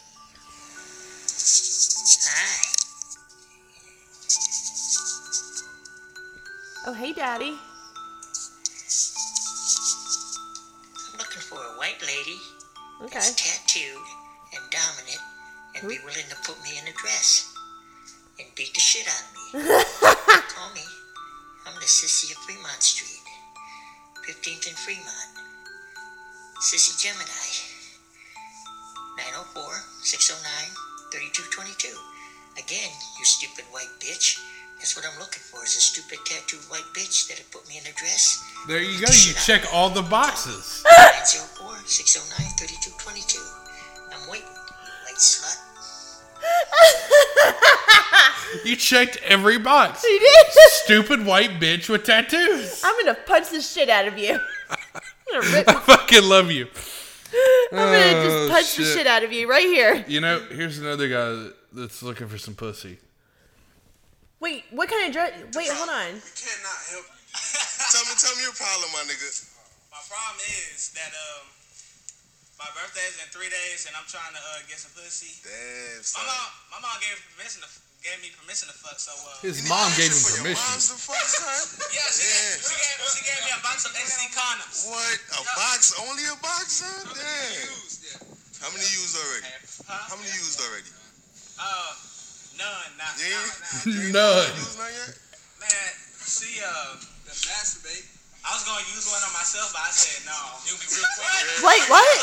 [SPEAKER 5] Hi.
[SPEAKER 2] Oh, hey, Daddy.
[SPEAKER 5] I'm looking for a white lady
[SPEAKER 2] Okay.
[SPEAKER 5] that's tattooed and dominant and be willing to put me in a dress and beat the shit out of me. Call me. I'm the sissy of Fremont Street, 15th and Fremont. Sissy Gemini, 904 609 3222. Again, you stupid white bitch. That's what I'm looking for is a stupid tattooed white bitch that'll put me in a dress
[SPEAKER 1] There you go. You check all the boxes.
[SPEAKER 5] 904 609 3222. I'm waiting, white slut.
[SPEAKER 1] You checked every box.
[SPEAKER 2] You did?
[SPEAKER 1] Stupid white bitch with tattoos.
[SPEAKER 2] I'm gonna punch the shit out of you. I'm gonna, rip,
[SPEAKER 1] I fucking love you.
[SPEAKER 2] I'm gonna just
[SPEAKER 1] Oh,
[SPEAKER 2] punch the
[SPEAKER 1] shit.
[SPEAKER 2] shit out of you right here.
[SPEAKER 1] You know, here's another guy that's looking for some pussy.
[SPEAKER 2] Wait, what kind of dress? Wait, hold on.
[SPEAKER 7] We cannot help you.
[SPEAKER 8] tell me, tell me your problem, my nigga.
[SPEAKER 7] My problem is that um, my birthday is in three days, and I'm trying to uh, get some pussy. My
[SPEAKER 8] Damn, son.
[SPEAKER 7] mom, my mom gave permission to gave me permission to fuck. So uh,
[SPEAKER 1] His
[SPEAKER 8] You
[SPEAKER 1] mom
[SPEAKER 8] need
[SPEAKER 1] gave
[SPEAKER 8] permission
[SPEAKER 1] him
[SPEAKER 8] for your moms
[SPEAKER 1] permission.
[SPEAKER 8] to fuck, son?
[SPEAKER 7] yeah, she,
[SPEAKER 8] Yeah.
[SPEAKER 7] Gave, she gave she gave me a box of SC condoms.
[SPEAKER 8] What? A box? Only a box, son? Damn. How many used already?
[SPEAKER 7] Huh?
[SPEAKER 8] How many used already?
[SPEAKER 7] Uh, none. Not,
[SPEAKER 8] You ain't-
[SPEAKER 7] not, not.
[SPEAKER 1] None.
[SPEAKER 8] Used none yet?
[SPEAKER 7] Man, she uh, the masturbate. I was gonna use one on myself, but I said no. You'll be real quick.
[SPEAKER 2] Wait, what?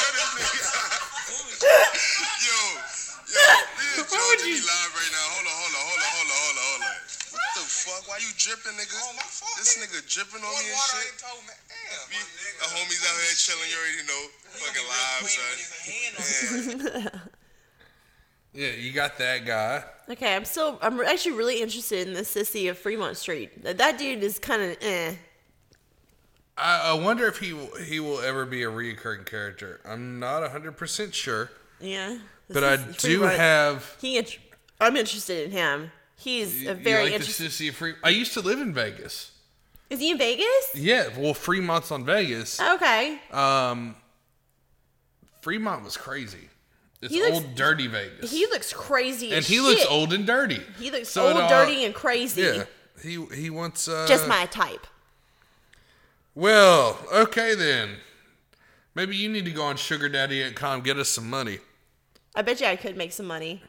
[SPEAKER 8] Yo, yo, me and Joe
[SPEAKER 1] would
[SPEAKER 8] be
[SPEAKER 1] you-
[SPEAKER 8] live right now. Hold on, hold on, hold on, hold on, hold on, hold on. What the fuck? Why you dripping, nigga?
[SPEAKER 7] Oh,
[SPEAKER 8] This nigga dripping on me and shit.
[SPEAKER 7] told me. Damn,
[SPEAKER 8] Me, the homies out here chilling, you already know. Fucking live, son. Yeah.
[SPEAKER 1] Yeah, you got that guy.
[SPEAKER 2] Okay, I'm still. I'm actually really interested in the sissy of Fremont Street. That- That dude is kind of eh.
[SPEAKER 1] I, I wonder if he will- he will ever be a reoccurring character. I'm not hundred percent sure,
[SPEAKER 2] Yeah. The
[SPEAKER 1] but I
[SPEAKER 2] sissy of
[SPEAKER 1] do
[SPEAKER 2] Fremont-
[SPEAKER 1] have.
[SPEAKER 2] He. int- I'm interested in him. He's a very
[SPEAKER 1] you like
[SPEAKER 2] interesting.
[SPEAKER 1] the sissy of Fre- I used to live in Vegas.
[SPEAKER 2] Is he in Vegas?
[SPEAKER 1] Yeah, well, Fremont's on Vegas.
[SPEAKER 2] Uh, Okay.
[SPEAKER 1] Um, Fremont was crazy. It's
[SPEAKER 2] He looks-
[SPEAKER 1] old, dirty Vegas.
[SPEAKER 2] He looks crazy.
[SPEAKER 1] and
[SPEAKER 2] as
[SPEAKER 1] he looks
[SPEAKER 2] shit.
[SPEAKER 1] old and dirty.
[SPEAKER 2] He looks
[SPEAKER 1] So it
[SPEAKER 2] old,
[SPEAKER 1] all-
[SPEAKER 2] dirty, and crazy.
[SPEAKER 1] Yeah, he he wants uh,
[SPEAKER 2] Just my type.
[SPEAKER 1] Well, okay then. Maybe you need to go on sugardaddy.com, get us some money.
[SPEAKER 2] I bet you I could make some money.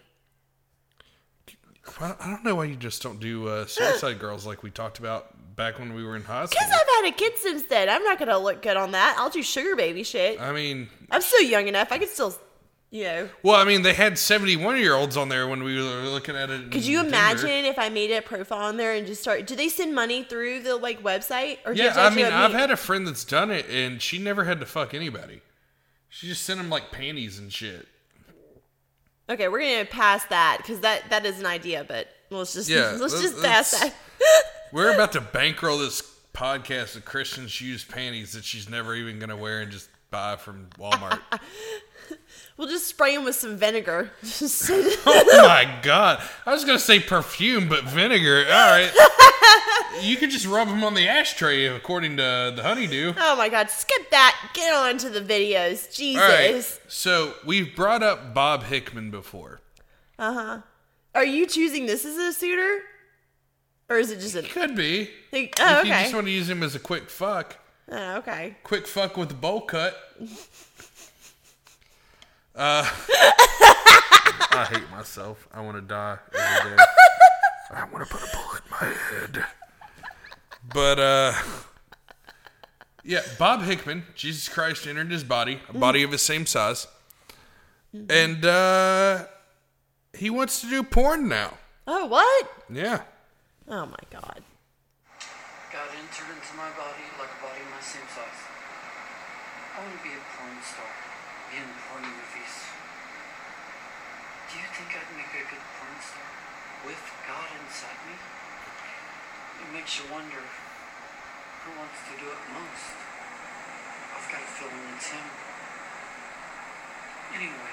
[SPEAKER 1] Well, I don't know why you just don't do uh, suicide girls like we talked about back when we were in high school.
[SPEAKER 2] Because I've had a kid since then. I'm not going to look good on that. I'll do sugar baby shit.
[SPEAKER 1] I mean,
[SPEAKER 2] I'm still young enough. I can still, you know.
[SPEAKER 1] well, I mean, they had 71 year olds on there when we were looking at it.
[SPEAKER 2] Could you imagine if I made a profile on there and just start? Do they send money through the like website or do you
[SPEAKER 1] Yeah,
[SPEAKER 2] have to
[SPEAKER 1] I
[SPEAKER 2] do
[SPEAKER 1] mean,
[SPEAKER 2] it
[SPEAKER 1] I've
[SPEAKER 2] me-
[SPEAKER 1] had a friend that's done it and she never had to fuck anybody. She just sent him like panties and shit.
[SPEAKER 2] Okay, we're gonna pass that because that that is an idea, but let's just
[SPEAKER 1] Yeah,
[SPEAKER 2] let's,
[SPEAKER 1] let's-
[SPEAKER 2] just pass
[SPEAKER 1] let's-
[SPEAKER 2] that.
[SPEAKER 1] We're about to bankroll this podcast of Christian's used panties that she's never even going to wear and just buy from Walmart.
[SPEAKER 2] We'll just spray them with some vinegar. Just-
[SPEAKER 1] Oh my god! I was gonna say perfume, but vinegar. All right, you could just rub them on the ashtray, according to the honeydew.
[SPEAKER 2] oh my god, skip that. Get on to the videos,
[SPEAKER 1] All right.
[SPEAKER 2] Jesus.
[SPEAKER 1] So we've brought up Bob Hickman before.
[SPEAKER 2] Are you choosing this as a suitor, or is it just a?
[SPEAKER 1] Could be if
[SPEAKER 2] Like, oh,
[SPEAKER 1] you
[SPEAKER 2] okay.
[SPEAKER 1] just want to use him as a quick fuck,
[SPEAKER 2] oh, okay.
[SPEAKER 1] quick fuck with a bowl cut. Uh, I hate myself. I want to die every day. I want to put a bullet in my head. But uh yeah, Bob Hickman, Jesus Christ entered his body, a body of his same size. And uh he wants to do porn now.
[SPEAKER 2] Oh, what?
[SPEAKER 1] Yeah.
[SPEAKER 2] Oh my god.
[SPEAKER 9] God entered into my body like a body my same size. I want to be a porn star, be in porn movies. Do you think I'd make a good porn star with God inside me? It makes you wonder who wants to do it most. got a feeling it's him. Anyway,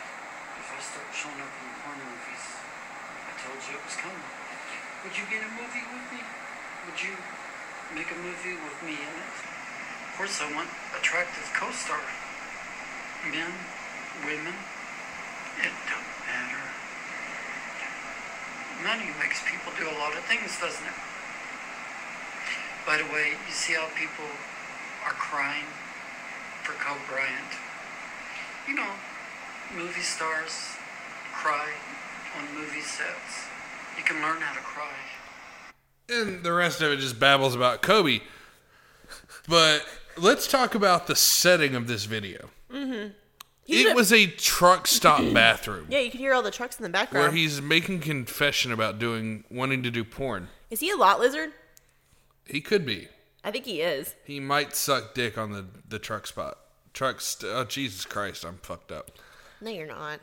[SPEAKER 9] if I start showing up in porn movies, I told you it was coming. Would you be in a movie with me? Would you make a movie with me in it? Of course, I want attractive co-star. Men, women, it don't matter. Money makes people do a lot of things, doesn't it? By the way, you see how people are crying for Kobe Bryant? You know, movie stars cry on movie sets. You can learn how to cry.
[SPEAKER 1] and the rest of it just babbles about Kobe. But let's talk about the setting of this video.
[SPEAKER 2] He's
[SPEAKER 1] It
[SPEAKER 2] a-
[SPEAKER 1] was a truck stop bathroom
[SPEAKER 2] Yeah, you could hear all the trucks in the
[SPEAKER 1] where
[SPEAKER 2] background.
[SPEAKER 1] he's making confession about doing wanting to do porn.
[SPEAKER 2] Is he a lot lizard?
[SPEAKER 1] He could be.
[SPEAKER 2] I think he is.
[SPEAKER 1] He might suck dick on the the truck spot. Truck. St- oh Jesus Christ! I'm fucked up.
[SPEAKER 2] No, you're not.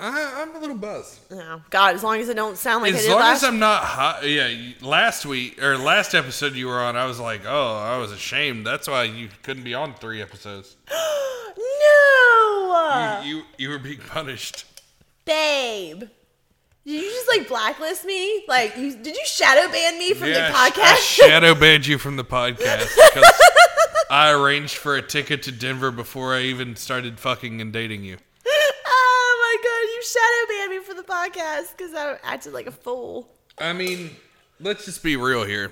[SPEAKER 1] I, I'm a little buzzed.
[SPEAKER 2] No. God, as long as it don't sound like it
[SPEAKER 1] As
[SPEAKER 2] is
[SPEAKER 1] long
[SPEAKER 2] last
[SPEAKER 1] as I'm not hot, yeah. you- Last week or last episode you were on, I was like, oh, I was ashamed. That's why you couldn't be on three episodes.
[SPEAKER 2] No,
[SPEAKER 1] you, you you were being punished.
[SPEAKER 2] babe. Did you just like blacklist me? Like, you, did you shadow ban me from
[SPEAKER 1] Yeah,
[SPEAKER 2] the
[SPEAKER 1] I sh- I
[SPEAKER 2] podcast?
[SPEAKER 1] shadow banned you from the podcast because I arranged for a ticket to Denver before I even started fucking and dating you.
[SPEAKER 2] oh my god, you shadow banned me from the podcast because I acted like a fool.
[SPEAKER 1] I mean, let's just be real here.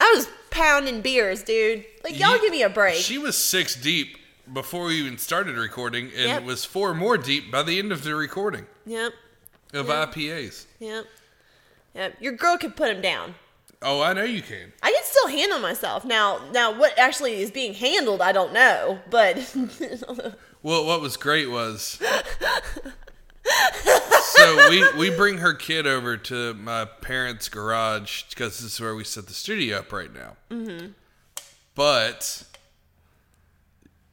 [SPEAKER 2] I was pounding beers, dude. Like, y'all
[SPEAKER 1] You-
[SPEAKER 2] give me a break.
[SPEAKER 1] She was six deep before we even started recording, and
[SPEAKER 2] Yep.
[SPEAKER 1] was four more deep by the end of the recording
[SPEAKER 2] yep,
[SPEAKER 1] of IPAs.
[SPEAKER 2] yep, yep. Your girl could put him down.
[SPEAKER 1] Oh, I know you can.
[SPEAKER 2] I can still handle myself now. Now, what actually is being handled, I don't know. But
[SPEAKER 1] Well, what was great was. so we, we bring her kid over to my parents' garage because this is where we set the studio up right now. Mm-hmm. But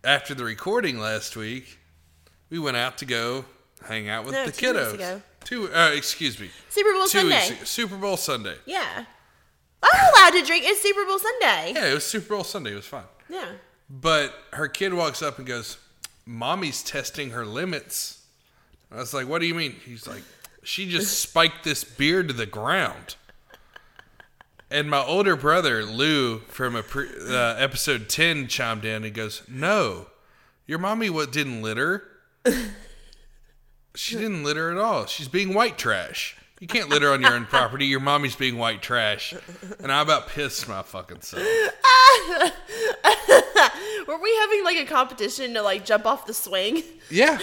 [SPEAKER 1] after the recording last week, we went out to go hang out with
[SPEAKER 2] No,
[SPEAKER 1] the
[SPEAKER 2] two weeks
[SPEAKER 1] kiddos.
[SPEAKER 2] ago.
[SPEAKER 1] Two, uh, excuse me,
[SPEAKER 2] Super Bowl
[SPEAKER 1] two
[SPEAKER 2] Sunday.
[SPEAKER 1] weeks ago, Super Bowl Sunday.
[SPEAKER 2] Yeah. I'm allowed to drink. It's Super Bowl Sunday.
[SPEAKER 1] Yeah, it was Super Bowl Sunday. It was fine.
[SPEAKER 2] Yeah.
[SPEAKER 1] But her kid walks up and goes, Mommy's testing her limits. I was like, What do you mean? He's like, She just spiked this beer to the ground. And my older brother, Lou, from a pre- uh, episode 10, chimed in and goes, No, your mommy what didn't litter. She didn't litter at all. She's being white trash. You can't litter on your own property. Your mommy's being white trash. And I about pissed my fucking self.
[SPEAKER 2] Were we having like a competition to like jump off the swing?
[SPEAKER 1] Yeah.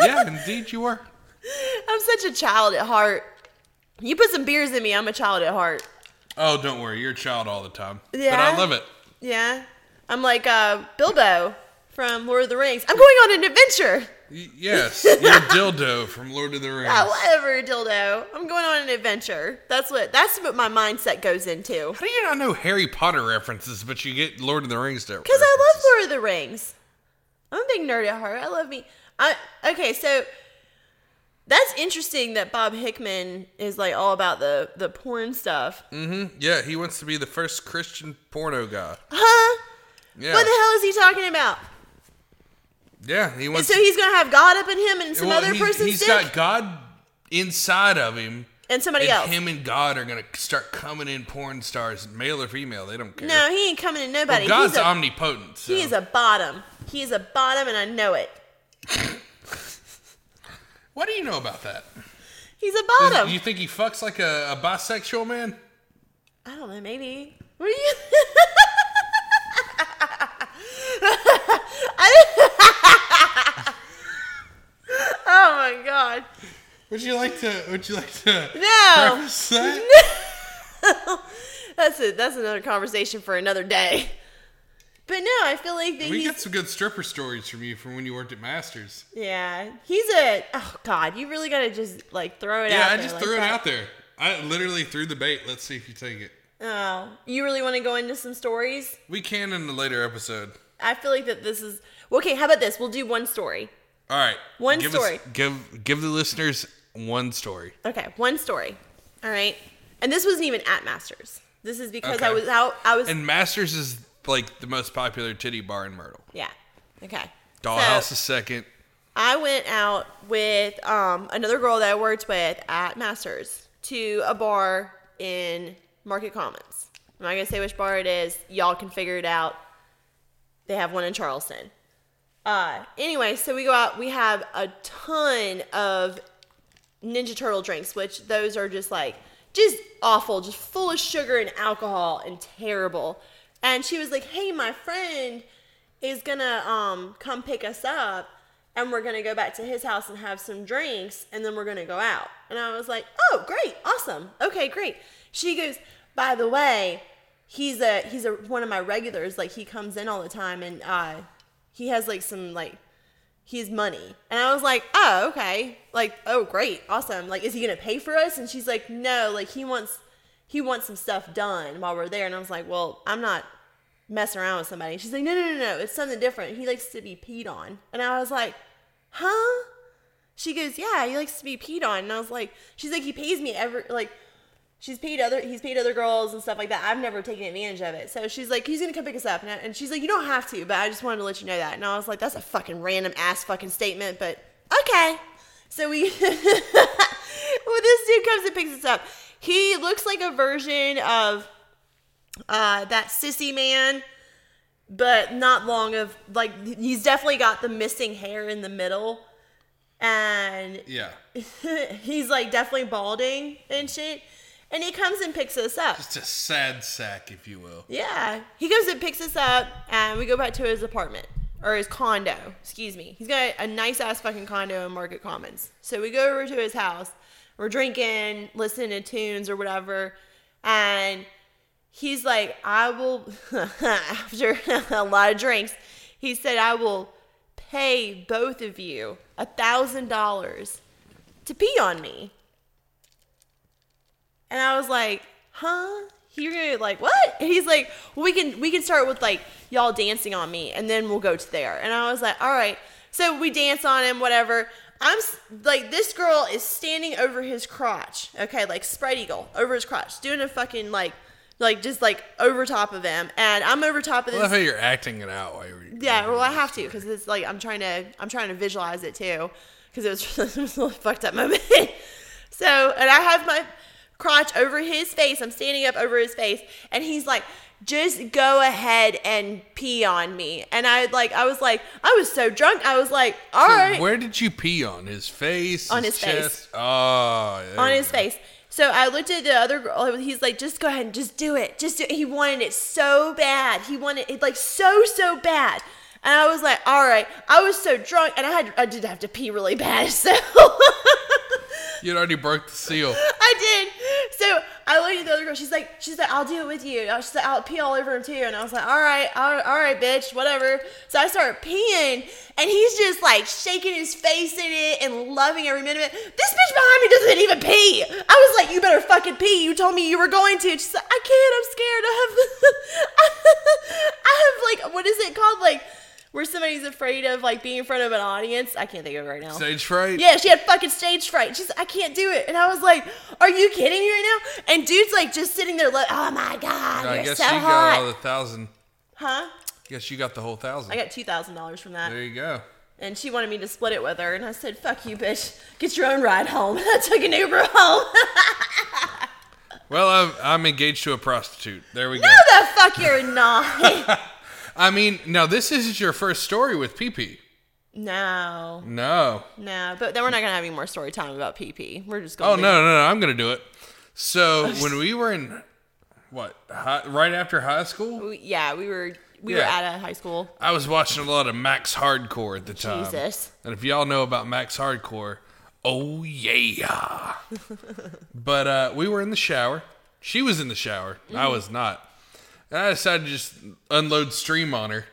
[SPEAKER 1] yeah, indeed you were.
[SPEAKER 2] I'm such a child at heart. You put some beers in me, I'm a child at heart.
[SPEAKER 1] Oh, don't worry. You're a child all the time. But
[SPEAKER 2] Yeah?
[SPEAKER 1] I love it.
[SPEAKER 2] Yeah. I'm like uh, Bilbo from Lord of the Rings. I'm going on an adventure.
[SPEAKER 1] Y- yes. You're dildo from Lord of the Rings.
[SPEAKER 2] Ah, whatever, dildo. I'm going on an adventure. That's what that's what my mindset goes into.
[SPEAKER 1] How do you not know Harry Potter references, but you get Lord of the Rings there?
[SPEAKER 2] Because I love Lord of the Rings. I'm a big nerd at heart. I love me. I okay, so that's interesting that Bob Hickman is like all about the the porn stuff.
[SPEAKER 1] Mm. Yeah, he wants to be the first Christian porno guy.
[SPEAKER 2] Huh?
[SPEAKER 1] Yeah.
[SPEAKER 2] What the hell is he talking about?
[SPEAKER 1] Yeah, he
[SPEAKER 2] And
[SPEAKER 1] wants
[SPEAKER 2] so he's gonna have God up in him and some
[SPEAKER 1] well,
[SPEAKER 2] other
[SPEAKER 1] he's-
[SPEAKER 2] person's
[SPEAKER 1] He's
[SPEAKER 2] dick
[SPEAKER 1] got God inside of him.
[SPEAKER 2] and somebody
[SPEAKER 1] and
[SPEAKER 2] else.
[SPEAKER 1] him and God are going to start coming in porn stars, male or female. They don't care.
[SPEAKER 2] No, he ain't coming to
[SPEAKER 1] Well,
[SPEAKER 2] nobody.
[SPEAKER 1] God's
[SPEAKER 2] he's a,
[SPEAKER 1] omnipotent. So.
[SPEAKER 2] he is a bottom. He is a bottom, and I know it.
[SPEAKER 1] What do you know about that?
[SPEAKER 2] He's a
[SPEAKER 1] Is-
[SPEAKER 2] bottom.
[SPEAKER 1] You think he fucks like a, a bisexual man?
[SPEAKER 2] I don't know, maybe. What are you? I don't- oh my god.
[SPEAKER 1] Would you like to? Would you like to?
[SPEAKER 2] No.
[SPEAKER 1] preface that?
[SPEAKER 2] That's it. That's another conversation for another day. But no, I feel like that
[SPEAKER 1] We
[SPEAKER 2] he's
[SPEAKER 1] got some good stripper stories from you from when you worked at Masters.
[SPEAKER 2] yeah, he's a oh god, you really got to just like throw it
[SPEAKER 1] Yeah,
[SPEAKER 2] out
[SPEAKER 1] I
[SPEAKER 2] there
[SPEAKER 1] just
[SPEAKER 2] like
[SPEAKER 1] threw it
[SPEAKER 2] that.
[SPEAKER 1] out there. I literally threw the bait. Let's see if you take it.
[SPEAKER 2] Oh, you really want to go into some stories?
[SPEAKER 1] We can in a later episode.
[SPEAKER 2] I feel like that this is okay. How about this? We'll do one story.
[SPEAKER 1] All right.
[SPEAKER 2] One
[SPEAKER 1] give
[SPEAKER 2] story.
[SPEAKER 1] give give the listeners one story.
[SPEAKER 2] Okay, one story. All right, and this wasn't even at Masters. This is because I
[SPEAKER 1] Okay.
[SPEAKER 2] was out. I was
[SPEAKER 1] And Masters is like the most popular titty bar in Myrtle.
[SPEAKER 2] Yeah. Okay.
[SPEAKER 1] Dollhouse
[SPEAKER 2] So-
[SPEAKER 1] is second.
[SPEAKER 2] I went out with um, another girl that I worked with at Masters to a bar in Market Commons. I'm not gonna say which bar it is. Y'all can figure it out. They have one in Charleston. Uh, anyway, so we go out. We have a ton of Ninja Turtle drinks, which those are just like just awful, just full of sugar and alcohol and terrible. And she was like, "Hey, my friend is gonna um come pick us up, and we're gonna go back to his house and have some drinks, and then we're gonna go out." And I was like, "Oh, great, awesome, okay, great." She goes, "By the way, he's a he's a one of my regulars. Like he comes in all the time, and uh, he has like some like." He's money. And I was like, oh, okay. Like, oh, great. Awesome. Like, is he going to pay for us? And she's like, no, like, he wants, he wants some stuff done while we're there. And I was like, well, I'm not messing around with somebody. She's like, no, no, no, no. It's something different. He likes to be peed on. And I was like, huh? She goes, yeah, he likes to be peed on. And I was like, she's like, he pays me every, like, she's paid other he's paid other girls and stuff like that i've never taken advantage of it so she's like he's gonna come pick us up and, I- and she's like you don't have to but i just wanted to let you know that and i was like that's a fucking random ass fucking statement but okay so we well this dude comes and picks us up he looks like a version of uh, that sissy man but not long of like he's definitely got the missing hair in the middle and
[SPEAKER 1] Yeah.
[SPEAKER 2] he's like definitely balding and shit. And he comes and picks us up.
[SPEAKER 1] It's a sad sack, if you will.
[SPEAKER 2] Yeah. He goes and picks us up and we go back to his apartment or his condo. Excuse me. He's got a nice ass fucking condo in Market Commons. So we go over to his house. We're drinking, listening to tunes or whatever. And he's like, I will, after a lot of drinks, he said, I will pay both of you a thousand dollars to pee on me. And I was like, huh? You're gonna like what? And he's like, we can we can start with like y'all dancing on me, and then we'll go to there. And I was like, all right. So we dance on him, whatever. I'm s- like, this girl is standing over his crotch, okay, like spread eagle over his crotch, doing a fucking like, like just like over top of him, and I'm over top of
[SPEAKER 1] I
[SPEAKER 2] this.
[SPEAKER 1] love how you're acting it out. While you're,
[SPEAKER 2] Yeah, well, I have to because it's like I'm trying to I'm trying to visualize it too because it was it was a really fucked up moment. so, and I have my crotch over his face. I'm standing up over his face, and he's like, "Just go ahead and pee on me." And I like I was like I was so drunk. I was like, "All
[SPEAKER 1] So
[SPEAKER 2] right."
[SPEAKER 1] Where did you pee on his face?
[SPEAKER 2] On his face.
[SPEAKER 1] chest? Oh, there
[SPEAKER 2] on
[SPEAKER 1] you
[SPEAKER 2] his
[SPEAKER 1] go.
[SPEAKER 2] face. So I looked at the other girl. He's like, just go ahead and just do it. Just do it. He wanted it so bad. He wanted it like so, so bad. And I was like, all right. I was so drunk and I had I did have to pee really bad. So
[SPEAKER 1] You'd already broke the seal.
[SPEAKER 2] I did. So I looked at the other girl. She's like, she's like, I'll do it with you. And I- She's like, I'll pee all over him too. And I was like, all right, all, all right, bitch, whatever. So I started peeing, and he's just like shaking his face in it and loving every minute of it. This bitch behind me doesn't even pee. I was like, you better fucking pee. You told me you were going to. She's like, I can't. I'm scared. I have, I have like, what is it called? Like. Where somebody's afraid of like being in front of an audience. I can't think of it right now.
[SPEAKER 1] Stage fright?
[SPEAKER 2] Yeah, she had fucking stage fright. She's, I can't do it. And I was like, Are you kidding me right now? And dude's like just sitting there, like, Oh my god,
[SPEAKER 1] I
[SPEAKER 2] you're
[SPEAKER 1] guess
[SPEAKER 2] so
[SPEAKER 1] you got all
[SPEAKER 2] hot,
[SPEAKER 1] the thousand.
[SPEAKER 2] huh?
[SPEAKER 1] Guess you got the whole thousand.
[SPEAKER 2] I got two thousand dollars from that,
[SPEAKER 1] there you go.
[SPEAKER 2] and she wanted me to split it with her, and I said, "Fuck you, bitch. Get your own ride home." I took an Uber home.
[SPEAKER 1] Well, I'm, I'm engaged to a prostitute. There we go.
[SPEAKER 2] no, the fuck you're not.
[SPEAKER 1] I mean, now this isn't your first story with PP.
[SPEAKER 2] no,
[SPEAKER 1] No.
[SPEAKER 2] no. But then we're not gonna have any more story time about PP. We're just going.
[SPEAKER 1] Oh no, no, no! I'm gonna do it. So when we were in what high, right after high school,
[SPEAKER 2] We, yeah, we were we were
[SPEAKER 1] Yeah.
[SPEAKER 2] at a high school.
[SPEAKER 1] I was watching a lot of Max Hardcore at the time.
[SPEAKER 2] Jesus.
[SPEAKER 1] And if y'all know about Max Hardcore, oh yeah. but uh, we were in the shower. She was in the shower. I was not. And I decided to just unload stream on her.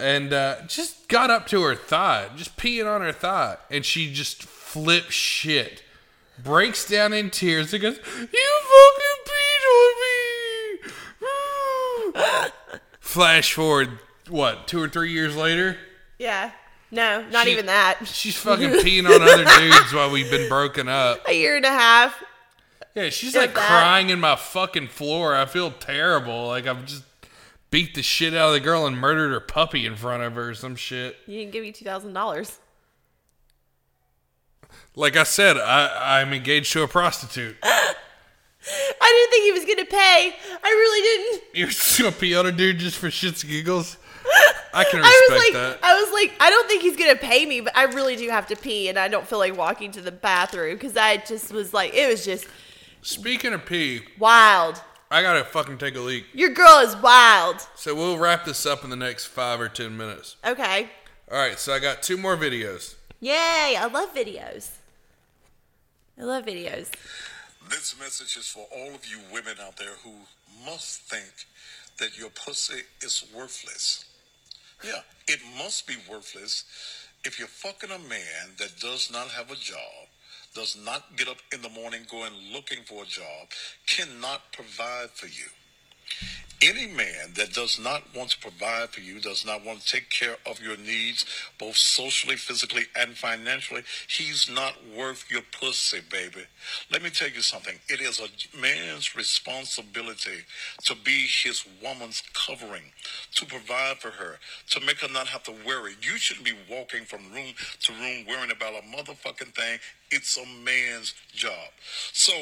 [SPEAKER 1] And uh, just got up to her thigh, just peeing on her thigh. And she just flips shit. Breaks down in tears and goes, You fucking peed on me! Flash forward, what, two or three years later?
[SPEAKER 2] Yeah. No, not
[SPEAKER 1] She-
[SPEAKER 2] even that.
[SPEAKER 1] She's fucking peeing on other dudes while we've been broken up.
[SPEAKER 2] A year and a half.
[SPEAKER 1] Yeah, she's
[SPEAKER 2] Yeah,
[SPEAKER 1] like
[SPEAKER 2] that-
[SPEAKER 1] crying in my fucking floor. I feel terrible. Like I've just beat the shit out of the girl and murdered her puppy in front of her or some shit.
[SPEAKER 2] You didn't give me two thousand dollars.
[SPEAKER 1] Like I said, I, I'm engaged to a prostitute.
[SPEAKER 2] I didn't think he was gonna pay. I really didn't.
[SPEAKER 1] You're a Piotr dude just for shits and giggles. I can respect
[SPEAKER 2] I was like,
[SPEAKER 1] that.
[SPEAKER 2] I was like, I don't think he's gonna pay me, but I really do have to pee, and I don't feel like walking to the bathroom because I just was like, it was just
[SPEAKER 1] Speaking of pee,
[SPEAKER 2] wild.
[SPEAKER 1] I gotta fucking take a leak.
[SPEAKER 2] Your girl is wild.
[SPEAKER 1] So we'll wrap this up in the next five or ten minutes.
[SPEAKER 2] Okay.
[SPEAKER 1] All right, so I got two more videos.
[SPEAKER 2] Yay! I love videos. I love videos.
[SPEAKER 8] This message is for all of you women out there who must think that your pussy is worthless. Yeah, it must be worthless if you're fucking a man that does not have a job, does not get up in the morning going looking for a job, cannot provide for you. Any man that does not want to provide for you, does not want to take care of your needs, both socially, physically, and financially, he's not worth your pussy, baby. Let me tell you something. It is a man's responsibility to be his woman's covering, to provide for her, to make her not have to worry. You shouldn't be walking from room to room worrying about a motherfucking thing. It's a man's job. So,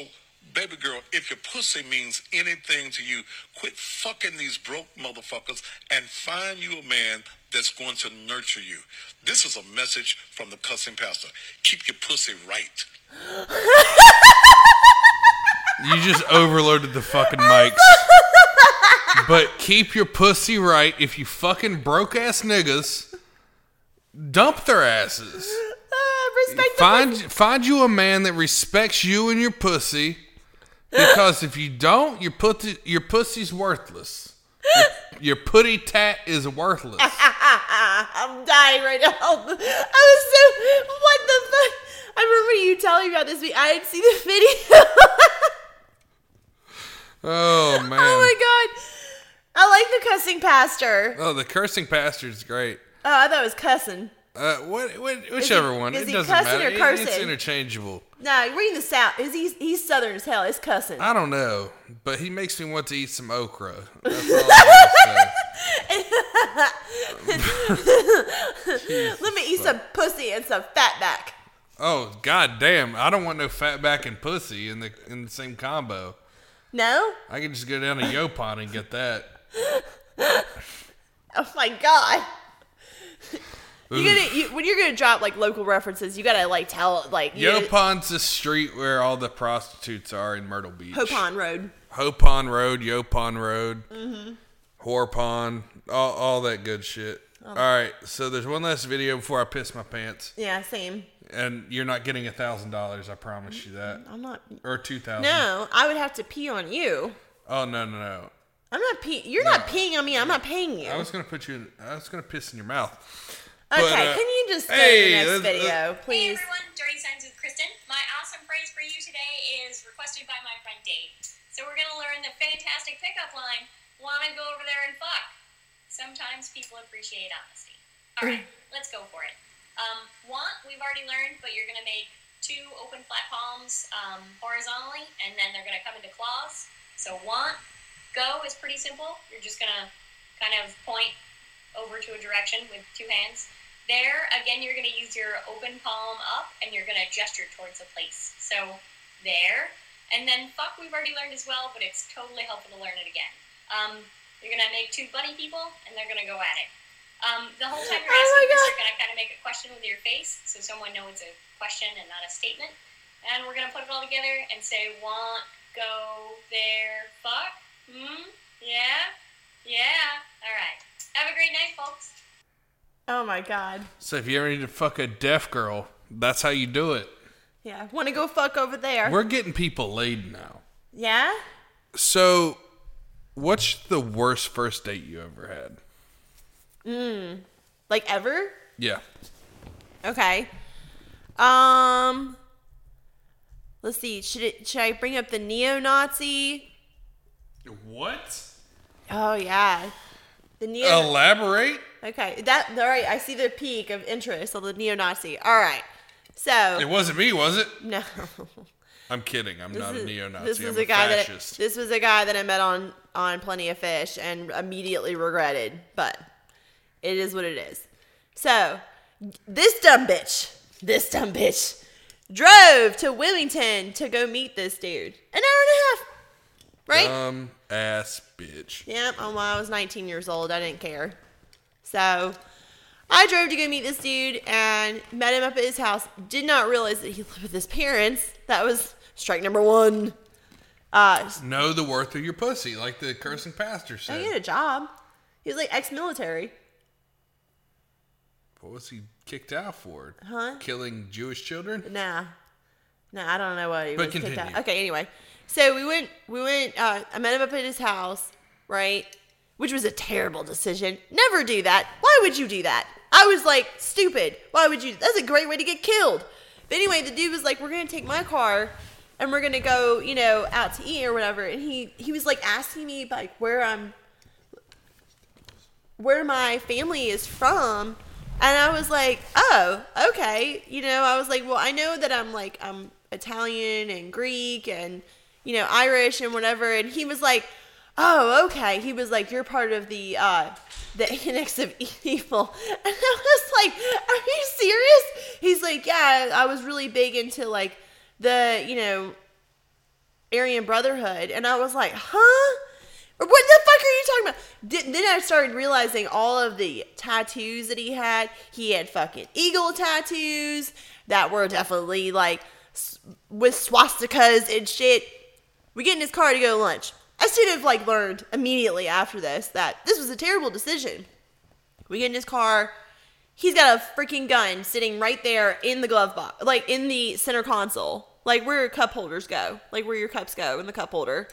[SPEAKER 8] Baby girl, if your pussy means anything to you, quit fucking these broke motherfuckers and find you a man that's going to nurture you. This is a message from the cussing pastor. Keep your pussy right.
[SPEAKER 1] You just overloaded the fucking mics. But keep your pussy right if you fucking broke ass niggas dump their asses.
[SPEAKER 2] Uh, respect the
[SPEAKER 1] Find find you a man that respects you and your pussy because if you don't, your pussy your pussy's worthless. Your, your putty tat is worthless.
[SPEAKER 2] Ah, I'm dying right now. I was so what the fuck? I remember you telling me about this. week. I had seen the video.
[SPEAKER 1] Oh man.
[SPEAKER 2] oh my god! I like the cussing pastor.
[SPEAKER 1] Oh, the cursing pastor's great.
[SPEAKER 2] Oh, I thought it was cussing.
[SPEAKER 1] Uh, what, what, whichever one.
[SPEAKER 2] is
[SPEAKER 1] it
[SPEAKER 2] he
[SPEAKER 1] doesn't
[SPEAKER 2] cussing
[SPEAKER 1] matter.
[SPEAKER 2] or
[SPEAKER 1] It- it's
[SPEAKER 2] cursing?
[SPEAKER 1] interchangeable.
[SPEAKER 2] No, reading the south. Is he? He's southern as hell. It's cussing.
[SPEAKER 1] I don't know, but he makes me want to eat some okra. That's all I'm gonna
[SPEAKER 2] Let me eat some pussy and some fat back.
[SPEAKER 1] say. Oh god damn! I don't want no fat back and pussy in the in the same combo.
[SPEAKER 2] No?
[SPEAKER 1] I can just go down to Yopon and get that.
[SPEAKER 2] Oh my god! You gotta you, when you're gonna drop like local references, you gotta like tell like you gotta-
[SPEAKER 1] Yopon's the street where all the prostitutes are in Myrtle Beach.
[SPEAKER 2] Hopon Road.
[SPEAKER 1] Hopon Road, Yopon Road,
[SPEAKER 2] Mm-hmm.
[SPEAKER 1] Whore Pond, all, all that good shit. All right, so there's one last video before I piss my pants.
[SPEAKER 2] Yeah, same.
[SPEAKER 1] and you're not getting a thousand dollars. I promise you that,
[SPEAKER 2] I'm not.
[SPEAKER 1] or two thousand.
[SPEAKER 2] No, I would have to pee on you.
[SPEAKER 1] Oh no no no!
[SPEAKER 2] I'm not pee. You're not peeing on me. I'm not paying you.
[SPEAKER 1] I was gonna put you. In, I was gonna piss in your mouth.
[SPEAKER 2] okay,
[SPEAKER 1] but, uh,
[SPEAKER 2] can you just go
[SPEAKER 1] hey,
[SPEAKER 2] to the next
[SPEAKER 1] that's-
[SPEAKER 2] video,
[SPEAKER 1] that's-
[SPEAKER 2] please?
[SPEAKER 10] Hey everyone, Dirty Signs with Kristen. My awesome phrase for you today is requested by my friend Dave. So we're gonna learn the fantastic pickup line. Wanna go over there and fuck? Sometimes people appreciate honesty. All right, let's go for it. Um, want we've already learned, but you're gonna make two open flat palms um, horizontally, and then they're gonna come into claws. So want go is pretty simple. You're just gonna kind of point over to a direction with two hands. There, again, you're going to use your open palm up and you're going to gesture towards a place. So, there. And then, fuck, we've already learned as well, but it's totally helpful to learn it again. Um, you're going to make two bunny people and they're going to go at it. Um, the whole time you're
[SPEAKER 2] Oh my
[SPEAKER 10] asking this,
[SPEAKER 2] God.
[SPEAKER 10] you're going to kind of make a question with your face so someone knows it's a question and not a statement. And we're going to put it all together and say, want, go, there, fuck, hmm, yeah, yeah. All right. Have a great night, folks.
[SPEAKER 2] Oh my god.
[SPEAKER 1] So if you ever need to fuck a deaf girl, that's how you do it.
[SPEAKER 2] Yeah, want to go fuck over there?
[SPEAKER 1] We're getting people laid now.
[SPEAKER 2] yeah.
[SPEAKER 1] So, what's the worst first date you ever had?
[SPEAKER 2] Like ever?
[SPEAKER 1] Yeah,
[SPEAKER 2] Okay. Um. Let's see. Should it? Should I bring up the neo-Nazi?
[SPEAKER 1] what?
[SPEAKER 2] Oh yeah. The neo.
[SPEAKER 1] Oh. Elaborate.
[SPEAKER 2] Okay. That. All right. I see the peak of interest of the neo-Nazi. All right.
[SPEAKER 1] It
[SPEAKER 2] So
[SPEAKER 1] wasn't me, was it?
[SPEAKER 2] no.
[SPEAKER 1] I'm kidding. I'm not a neo-Nazi.
[SPEAKER 2] This
[SPEAKER 1] I'm
[SPEAKER 2] was
[SPEAKER 1] a,
[SPEAKER 2] a guy
[SPEAKER 1] fascist.
[SPEAKER 2] that this was a guy that I met on on Plenty of Fish and immediately regretted, but it is what it is. So this dumb bitch, this dumb bitch, drove to Wilmington to go meet this dude. An hour and a half, right?
[SPEAKER 1] Dumb ass bitch.
[SPEAKER 2] Yep, and when I was 19 years old, I didn't care. So I drove to go meet this dude and met him up at his house. Did not realize that he lived with his parents. That was strike number one. Uh,
[SPEAKER 1] Know the worth of your pussy, like the cursing pastor
[SPEAKER 2] I
[SPEAKER 1] said.
[SPEAKER 2] get a job. He was like ex military.
[SPEAKER 1] What was he kicked out for?
[SPEAKER 2] Huh?
[SPEAKER 1] Killing Jewish children?
[SPEAKER 2] Nah. Nah, I don't know what he
[SPEAKER 1] But
[SPEAKER 2] was kicked out.
[SPEAKER 1] continue.
[SPEAKER 2] Okay, anyway. So we went we went uh I met him up at his house, right? Which was a terrible decision. Never do that. Why would you do that? I was like, stupid. Why would you that's a great way to get killed. But anyway, the dude was like, We're gonna take my car and we're gonna go, you know, out to eat or whatever. And he he was like asking me like where I'm where my family is from and i was like oh okay you know i was like well i know that i'm like i'm italian and greek and you know irish and whatever and he was like oh okay he was like you're part of the uh the annex of evil and i was like are you serious he's like yeah i was really big into like the you know Aryan Brotherhood, and I was like, huh? Or What the fuck are you talking about? Di- Then I started realizing all of the tattoos that he had. He had fucking eagle tattoos that were definitely like s- with swastikas and shit. We get in his car to go to lunch. I should have like learned immediately after this that this was a terrible decision. We get in his car. He's got a freaking gun sitting right there in the glove box, like in the center console, like where your cup holders go, like where your cups go in the cup holder.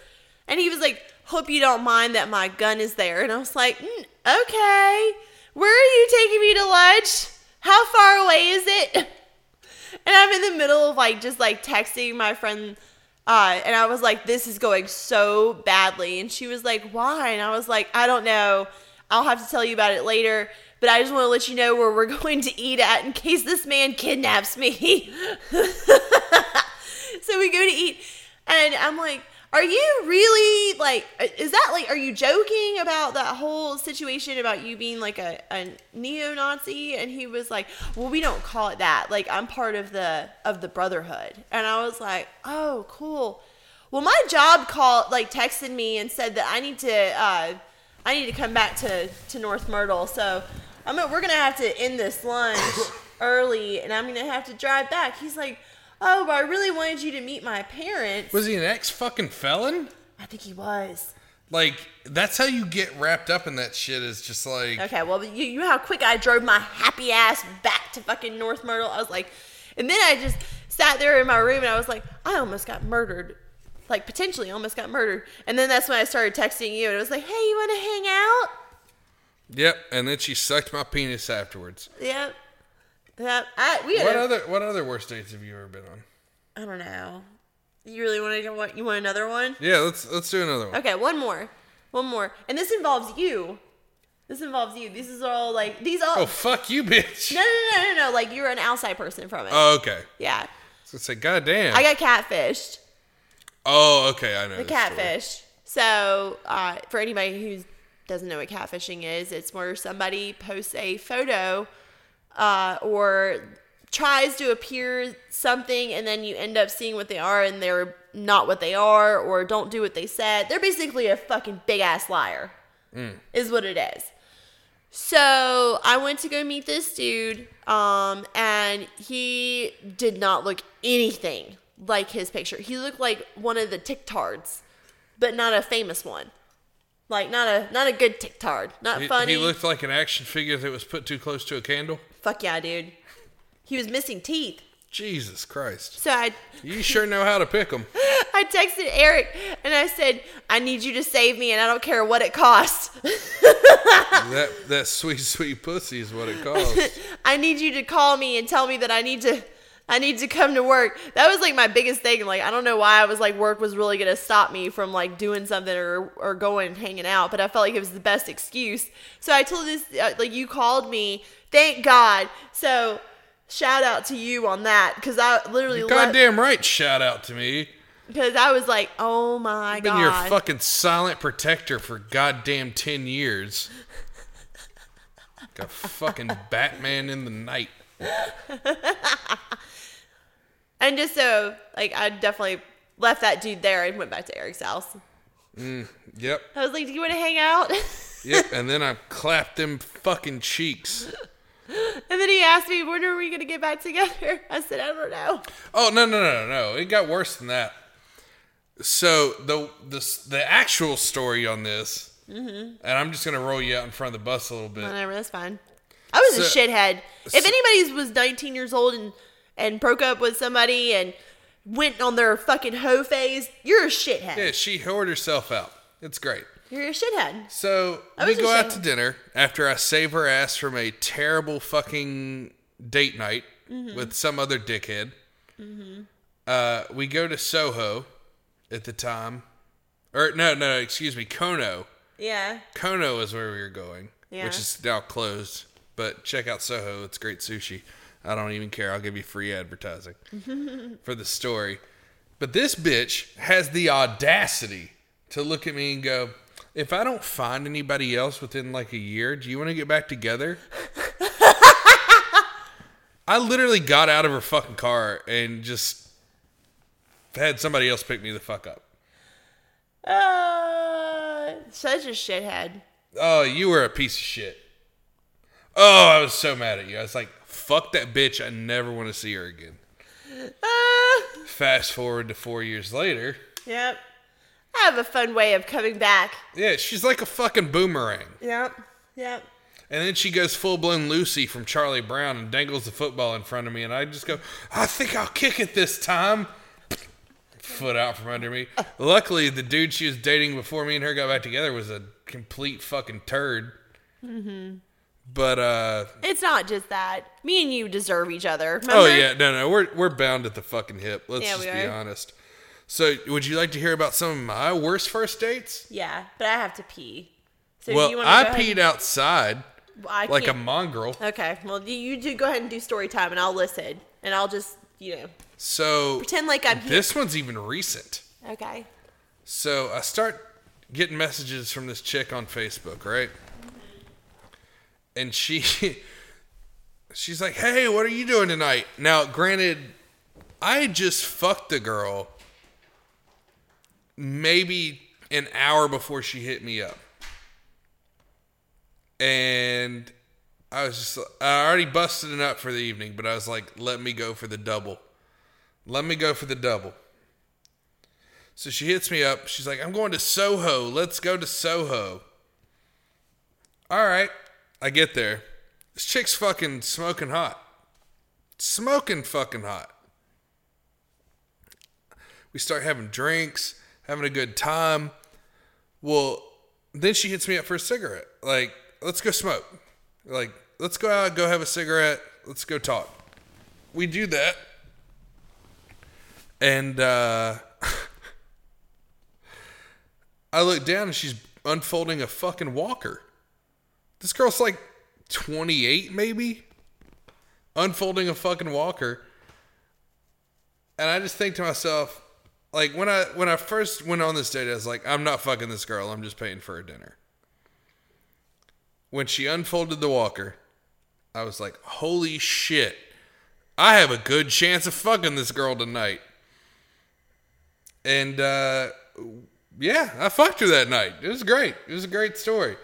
[SPEAKER 2] And he was like, Hope you don't mind that my gun is there. And I was like, "Mm, Okay, where are you taking me to lunch? How far away is it? And I'm in the middle of like just like texting my friend, uh, and I was like, "This is going so badly," and she was like, "Why?" And I was like, "I don't know. I'll have to tell you about it later." But I just want to let you know where we're going to eat at in case this man kidnaps me. so we go to eat, and I'm like, "Are you really like? Is that like? Are you joking about that whole situation about you being like a, a neo-Nazi?" And he was like, "Well, we don't call it that. Like, I'm part of the of the Brotherhood." And I was like, "Oh, cool." Well, my job called, like, texted me and said that I need to, uh, I need to come back to, to North Myrtle. So, I'm gonna, we're gonna have to end this lunch early, and I'm gonna have to drive back. He's like, oh, but I really wanted you to meet my parents.
[SPEAKER 1] Was he an ex fucking felon?
[SPEAKER 2] I think he was.
[SPEAKER 1] Like that's how you get wrapped up in that shit. Is just like
[SPEAKER 2] Okay, well, you, you know how quick I drove my happy ass back to fucking North Myrtle. I was like, and then I just sat there in my room and I was like, I almost got murdered. Like, potentially almost got murdered. And then that's when I started texting you and I was like, hey, you want to hang out?
[SPEAKER 1] yep. And then she sucked my penis afterwards.
[SPEAKER 2] Yep. Yep. I, we had
[SPEAKER 1] What
[SPEAKER 2] a-
[SPEAKER 1] other what other worst dates have you ever been on?
[SPEAKER 2] I don't know. You really want to want you want another one?
[SPEAKER 1] Yeah, let's let's do another one.
[SPEAKER 2] Okay, one more. One more. And this involves you. This involves you. This is all like these all
[SPEAKER 1] Oh fuck you, bitch.
[SPEAKER 2] No, no, no, no, no. Like you're an outside person from it.
[SPEAKER 1] Oh okay.
[SPEAKER 2] yeah.
[SPEAKER 1] So say, God damn.
[SPEAKER 2] I got catfished.
[SPEAKER 1] oh okay, I know.
[SPEAKER 2] The
[SPEAKER 1] this story.
[SPEAKER 2] catfish. So, uh, for anybody who doesn't know what catfishing is, it's where somebody posts a photo uh, or tries to appear something, and then you end up seeing what they are, and they're not what they are, or don't do what they said. They're basically a fucking big ass liar, is what it is. So I went to go meet this dude, um, and he did not look anything like his picture. He looked like one of the TikTards, but not a famous one. Like not a not a good TikTard, not
[SPEAKER 1] He-
[SPEAKER 2] funny.
[SPEAKER 1] He looked like an action figure that was put too close to a candle.
[SPEAKER 2] Fuck yeah, dude. He was missing teeth.
[SPEAKER 1] Jesus Christ.
[SPEAKER 2] So I
[SPEAKER 1] You sure know how to pick 'em.
[SPEAKER 2] I texted Eric and I said, I need you to save me and I don't care what it costs.
[SPEAKER 1] that that sweet sweet pussy is what it costs.
[SPEAKER 2] I need you to call me and tell me that I need to I need to come to work. That was like my biggest thing. Like I don't know why I was like work was really gonna stop me from like doing something or or going and hanging out, but I felt like it was the best excuse. So I told this uh, like you called me. Thank God. So Shout out to you on that because I literally left
[SPEAKER 1] Goddamn right, shout out to me.
[SPEAKER 2] because I was like, oh my
[SPEAKER 1] I've been
[SPEAKER 2] god,
[SPEAKER 1] your fucking silent protector for goddamn 10 years. like a fucking Batman in the night.
[SPEAKER 2] and just so like I definitely left that dude there and went back to Eric's house.
[SPEAKER 1] Yep,
[SPEAKER 2] I was like, do you want to hang out?
[SPEAKER 1] yep. and then I clapped them fucking cheeks.
[SPEAKER 2] and then he asked me, when are we gonna get back together? I said, I don't know.
[SPEAKER 1] Oh, no, no, no, no. It got worse than that. So the the, the actual story on this, and I'm just going to roll you out in front of the bus a little bit.
[SPEAKER 2] Whatever, that's fine. I was
[SPEAKER 1] Uh, So-
[SPEAKER 2] a shithead.
[SPEAKER 1] so-
[SPEAKER 2] if anybody's was 19 years old and and broke up with somebody and went on their fucking hoe phase, you're a shithead.
[SPEAKER 1] Yeah, she hoard herself out. It's great.
[SPEAKER 2] You're a shithead.
[SPEAKER 1] So
[SPEAKER 2] I
[SPEAKER 1] we
[SPEAKER 2] was
[SPEAKER 1] go
[SPEAKER 2] just
[SPEAKER 1] out to
[SPEAKER 2] saying.
[SPEAKER 1] dinner after I save her ass from a terrible fucking date night
[SPEAKER 2] Mm-hmm.
[SPEAKER 1] with some other dickhead. Uh, we go to Soho at the time, or no, no, excuse me, Kono.
[SPEAKER 2] Yeah.
[SPEAKER 1] Kono is where we were going,
[SPEAKER 2] Yeah.
[SPEAKER 1] which is now closed. But check out Soho; it's great sushi. I don't even care. I'll give you free advertising for the story. But this bitch has the audacity to look at me and go, "If I don't find anybody else within like a year, do you want to get back together?" I literally got out of her fucking car and just had somebody else pick me the fuck up.
[SPEAKER 2] Uh, such a shithead.
[SPEAKER 1] Oh, you were a piece of shit. Oh, I was so mad at you. I was like, fuck that bitch. I never want to see her again.
[SPEAKER 2] Uh,
[SPEAKER 1] Fast forward to four years later.
[SPEAKER 2] yep. I have a fun way of coming back.
[SPEAKER 1] Yeah, she's like a fucking boomerang.
[SPEAKER 2] Yep. Yep.
[SPEAKER 1] And then she goes full blown Lucy from Charlie Brown and dangles the football in front of me. And I just go, I think I'll kick it this time. Foot out from under me. Luckily, the dude she was dating before me and her got back together was a complete fucking turd. Mm-hmm. But, uh,.
[SPEAKER 2] It's not just that. Me and you deserve each other.
[SPEAKER 1] Oh
[SPEAKER 2] remember?
[SPEAKER 1] yeah, no, no, we're we're bound at the fucking hip. Let's
[SPEAKER 2] Yeah,
[SPEAKER 1] just
[SPEAKER 2] we
[SPEAKER 1] be
[SPEAKER 2] are.
[SPEAKER 1] honest. So, would you like to hear about some of my worst first dates?
[SPEAKER 2] Yeah, but I have to pee. So
[SPEAKER 1] well,
[SPEAKER 2] do you want
[SPEAKER 1] I peed outside
[SPEAKER 2] I
[SPEAKER 1] like a
[SPEAKER 2] can't-
[SPEAKER 1] mongrel.
[SPEAKER 2] Okay. Well, you- you do go ahead and do story time, and I'll listen, and I'll just you know
[SPEAKER 1] So
[SPEAKER 2] pretend like I'm here.
[SPEAKER 1] this one's even recent.
[SPEAKER 2] Okay.
[SPEAKER 1] So I start getting messages from this chick on Facebook, right? And she she's like, "Hey, what are you doing tonight?" Now, granted, I had just fucked the girl maybe an hour before she hit me up. And I was just I already busted it up for the evening, but I was like, "Let me go for the double." Let me go for the double. So she hits me up. She's like, I'm going to Soho. Let's go to Soho. All right. I get there. This chick's fucking smoking hot. Smoking fucking hot. We start having drinks, having a good time. Well, then she hits me up for a cigarette. Like, let's go smoke. Like, let's go out, go have a cigarette. Let's go talk. We do that. And, uh,. I look down and she's unfolding a fucking walker. This girl's like 28, maybe? Unfolding a fucking walker. And I just think to myself, like when I when I first went on this date, I was like, I'm not fucking this girl, I'm just paying for her dinner. When she unfolded the walker, I was like, holy shit. I have a good chance of fucking this girl tonight. And uh yeah, I fucked her that night. It was great. It was a great story.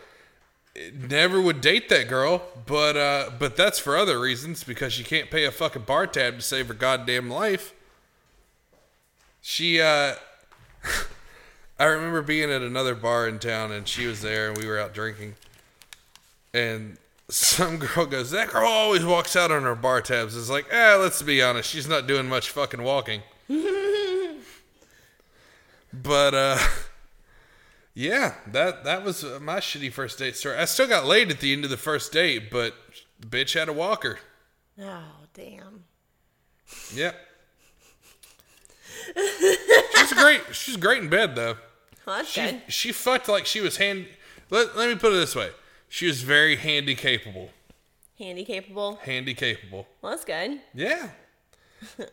[SPEAKER 1] Never would date that girl, but uh, but that's for other reasons because you can't pay a fucking bar tab to save her goddamn life. She, uh, I remember being at another bar in town and she was there and we were out drinking, and some girl goes, "That girl always walks out on her bar tabs." It's like, ah, let's be honest, she's not doing much fucking walking. But uh yeah, that that was uh, my shitty first date story. I still got laid at the end of the first date, but the bitch had a walker.
[SPEAKER 2] Oh damn.
[SPEAKER 1] Yep. she's great. She's great in bed though.
[SPEAKER 2] Well, that's
[SPEAKER 1] She
[SPEAKER 2] good.
[SPEAKER 1] she fucked like she was hand. Let, let me put it this way: she was very handy capable.
[SPEAKER 2] Handy capable.
[SPEAKER 1] Handy capable.
[SPEAKER 2] Well, that's good.
[SPEAKER 1] Yeah.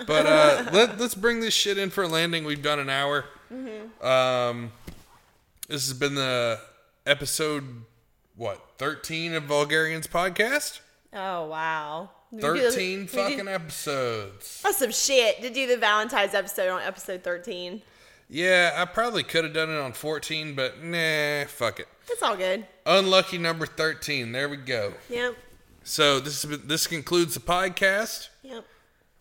[SPEAKER 1] But uh, let, let's bring this shit in for a landing. We've done an hour.
[SPEAKER 2] Mm-hmm.
[SPEAKER 1] Um, this has been the episode, what, 13 of Vulgarians Podcast?
[SPEAKER 2] Oh wow. We do-
[SPEAKER 1] 13
[SPEAKER 2] we do-
[SPEAKER 1] fucking episodes.
[SPEAKER 2] That's some shit to do the Valentine's episode on episode 13.
[SPEAKER 1] Yeah, I probably could have done it on 14, but nah, fuck it.
[SPEAKER 2] It's all good.
[SPEAKER 1] Unlucky number 13. There we go.
[SPEAKER 2] Yep.
[SPEAKER 1] So this, has been- this concludes the podcast
[SPEAKER 2] Yep.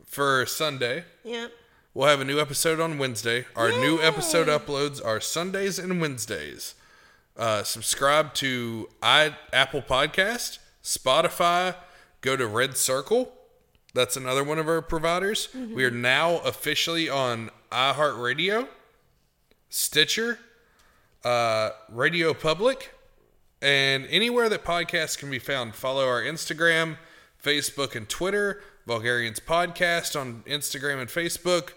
[SPEAKER 1] for Sunday.
[SPEAKER 2] Yep.
[SPEAKER 1] We'll have a new episode on Wednesday. Our new
[SPEAKER 2] Yay!
[SPEAKER 1] episode uploads are Sundays and Wednesdays. Uh, subscribe to i Apple Podcast, Spotify. Go to Red Circle. That's another one of our providers. We are now officially on iHeartRadio, Stitcher, uh, Radio Public, and anywhere that podcasts can be found. Follow our Instagram, Facebook, and Twitter. Vulgarians Podcast on Instagram and Facebook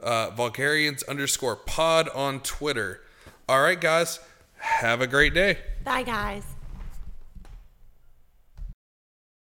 [SPEAKER 1] uh, Vulgarians underscore pod on Twitter. All right, guys, have a great day.
[SPEAKER 2] Bye guys.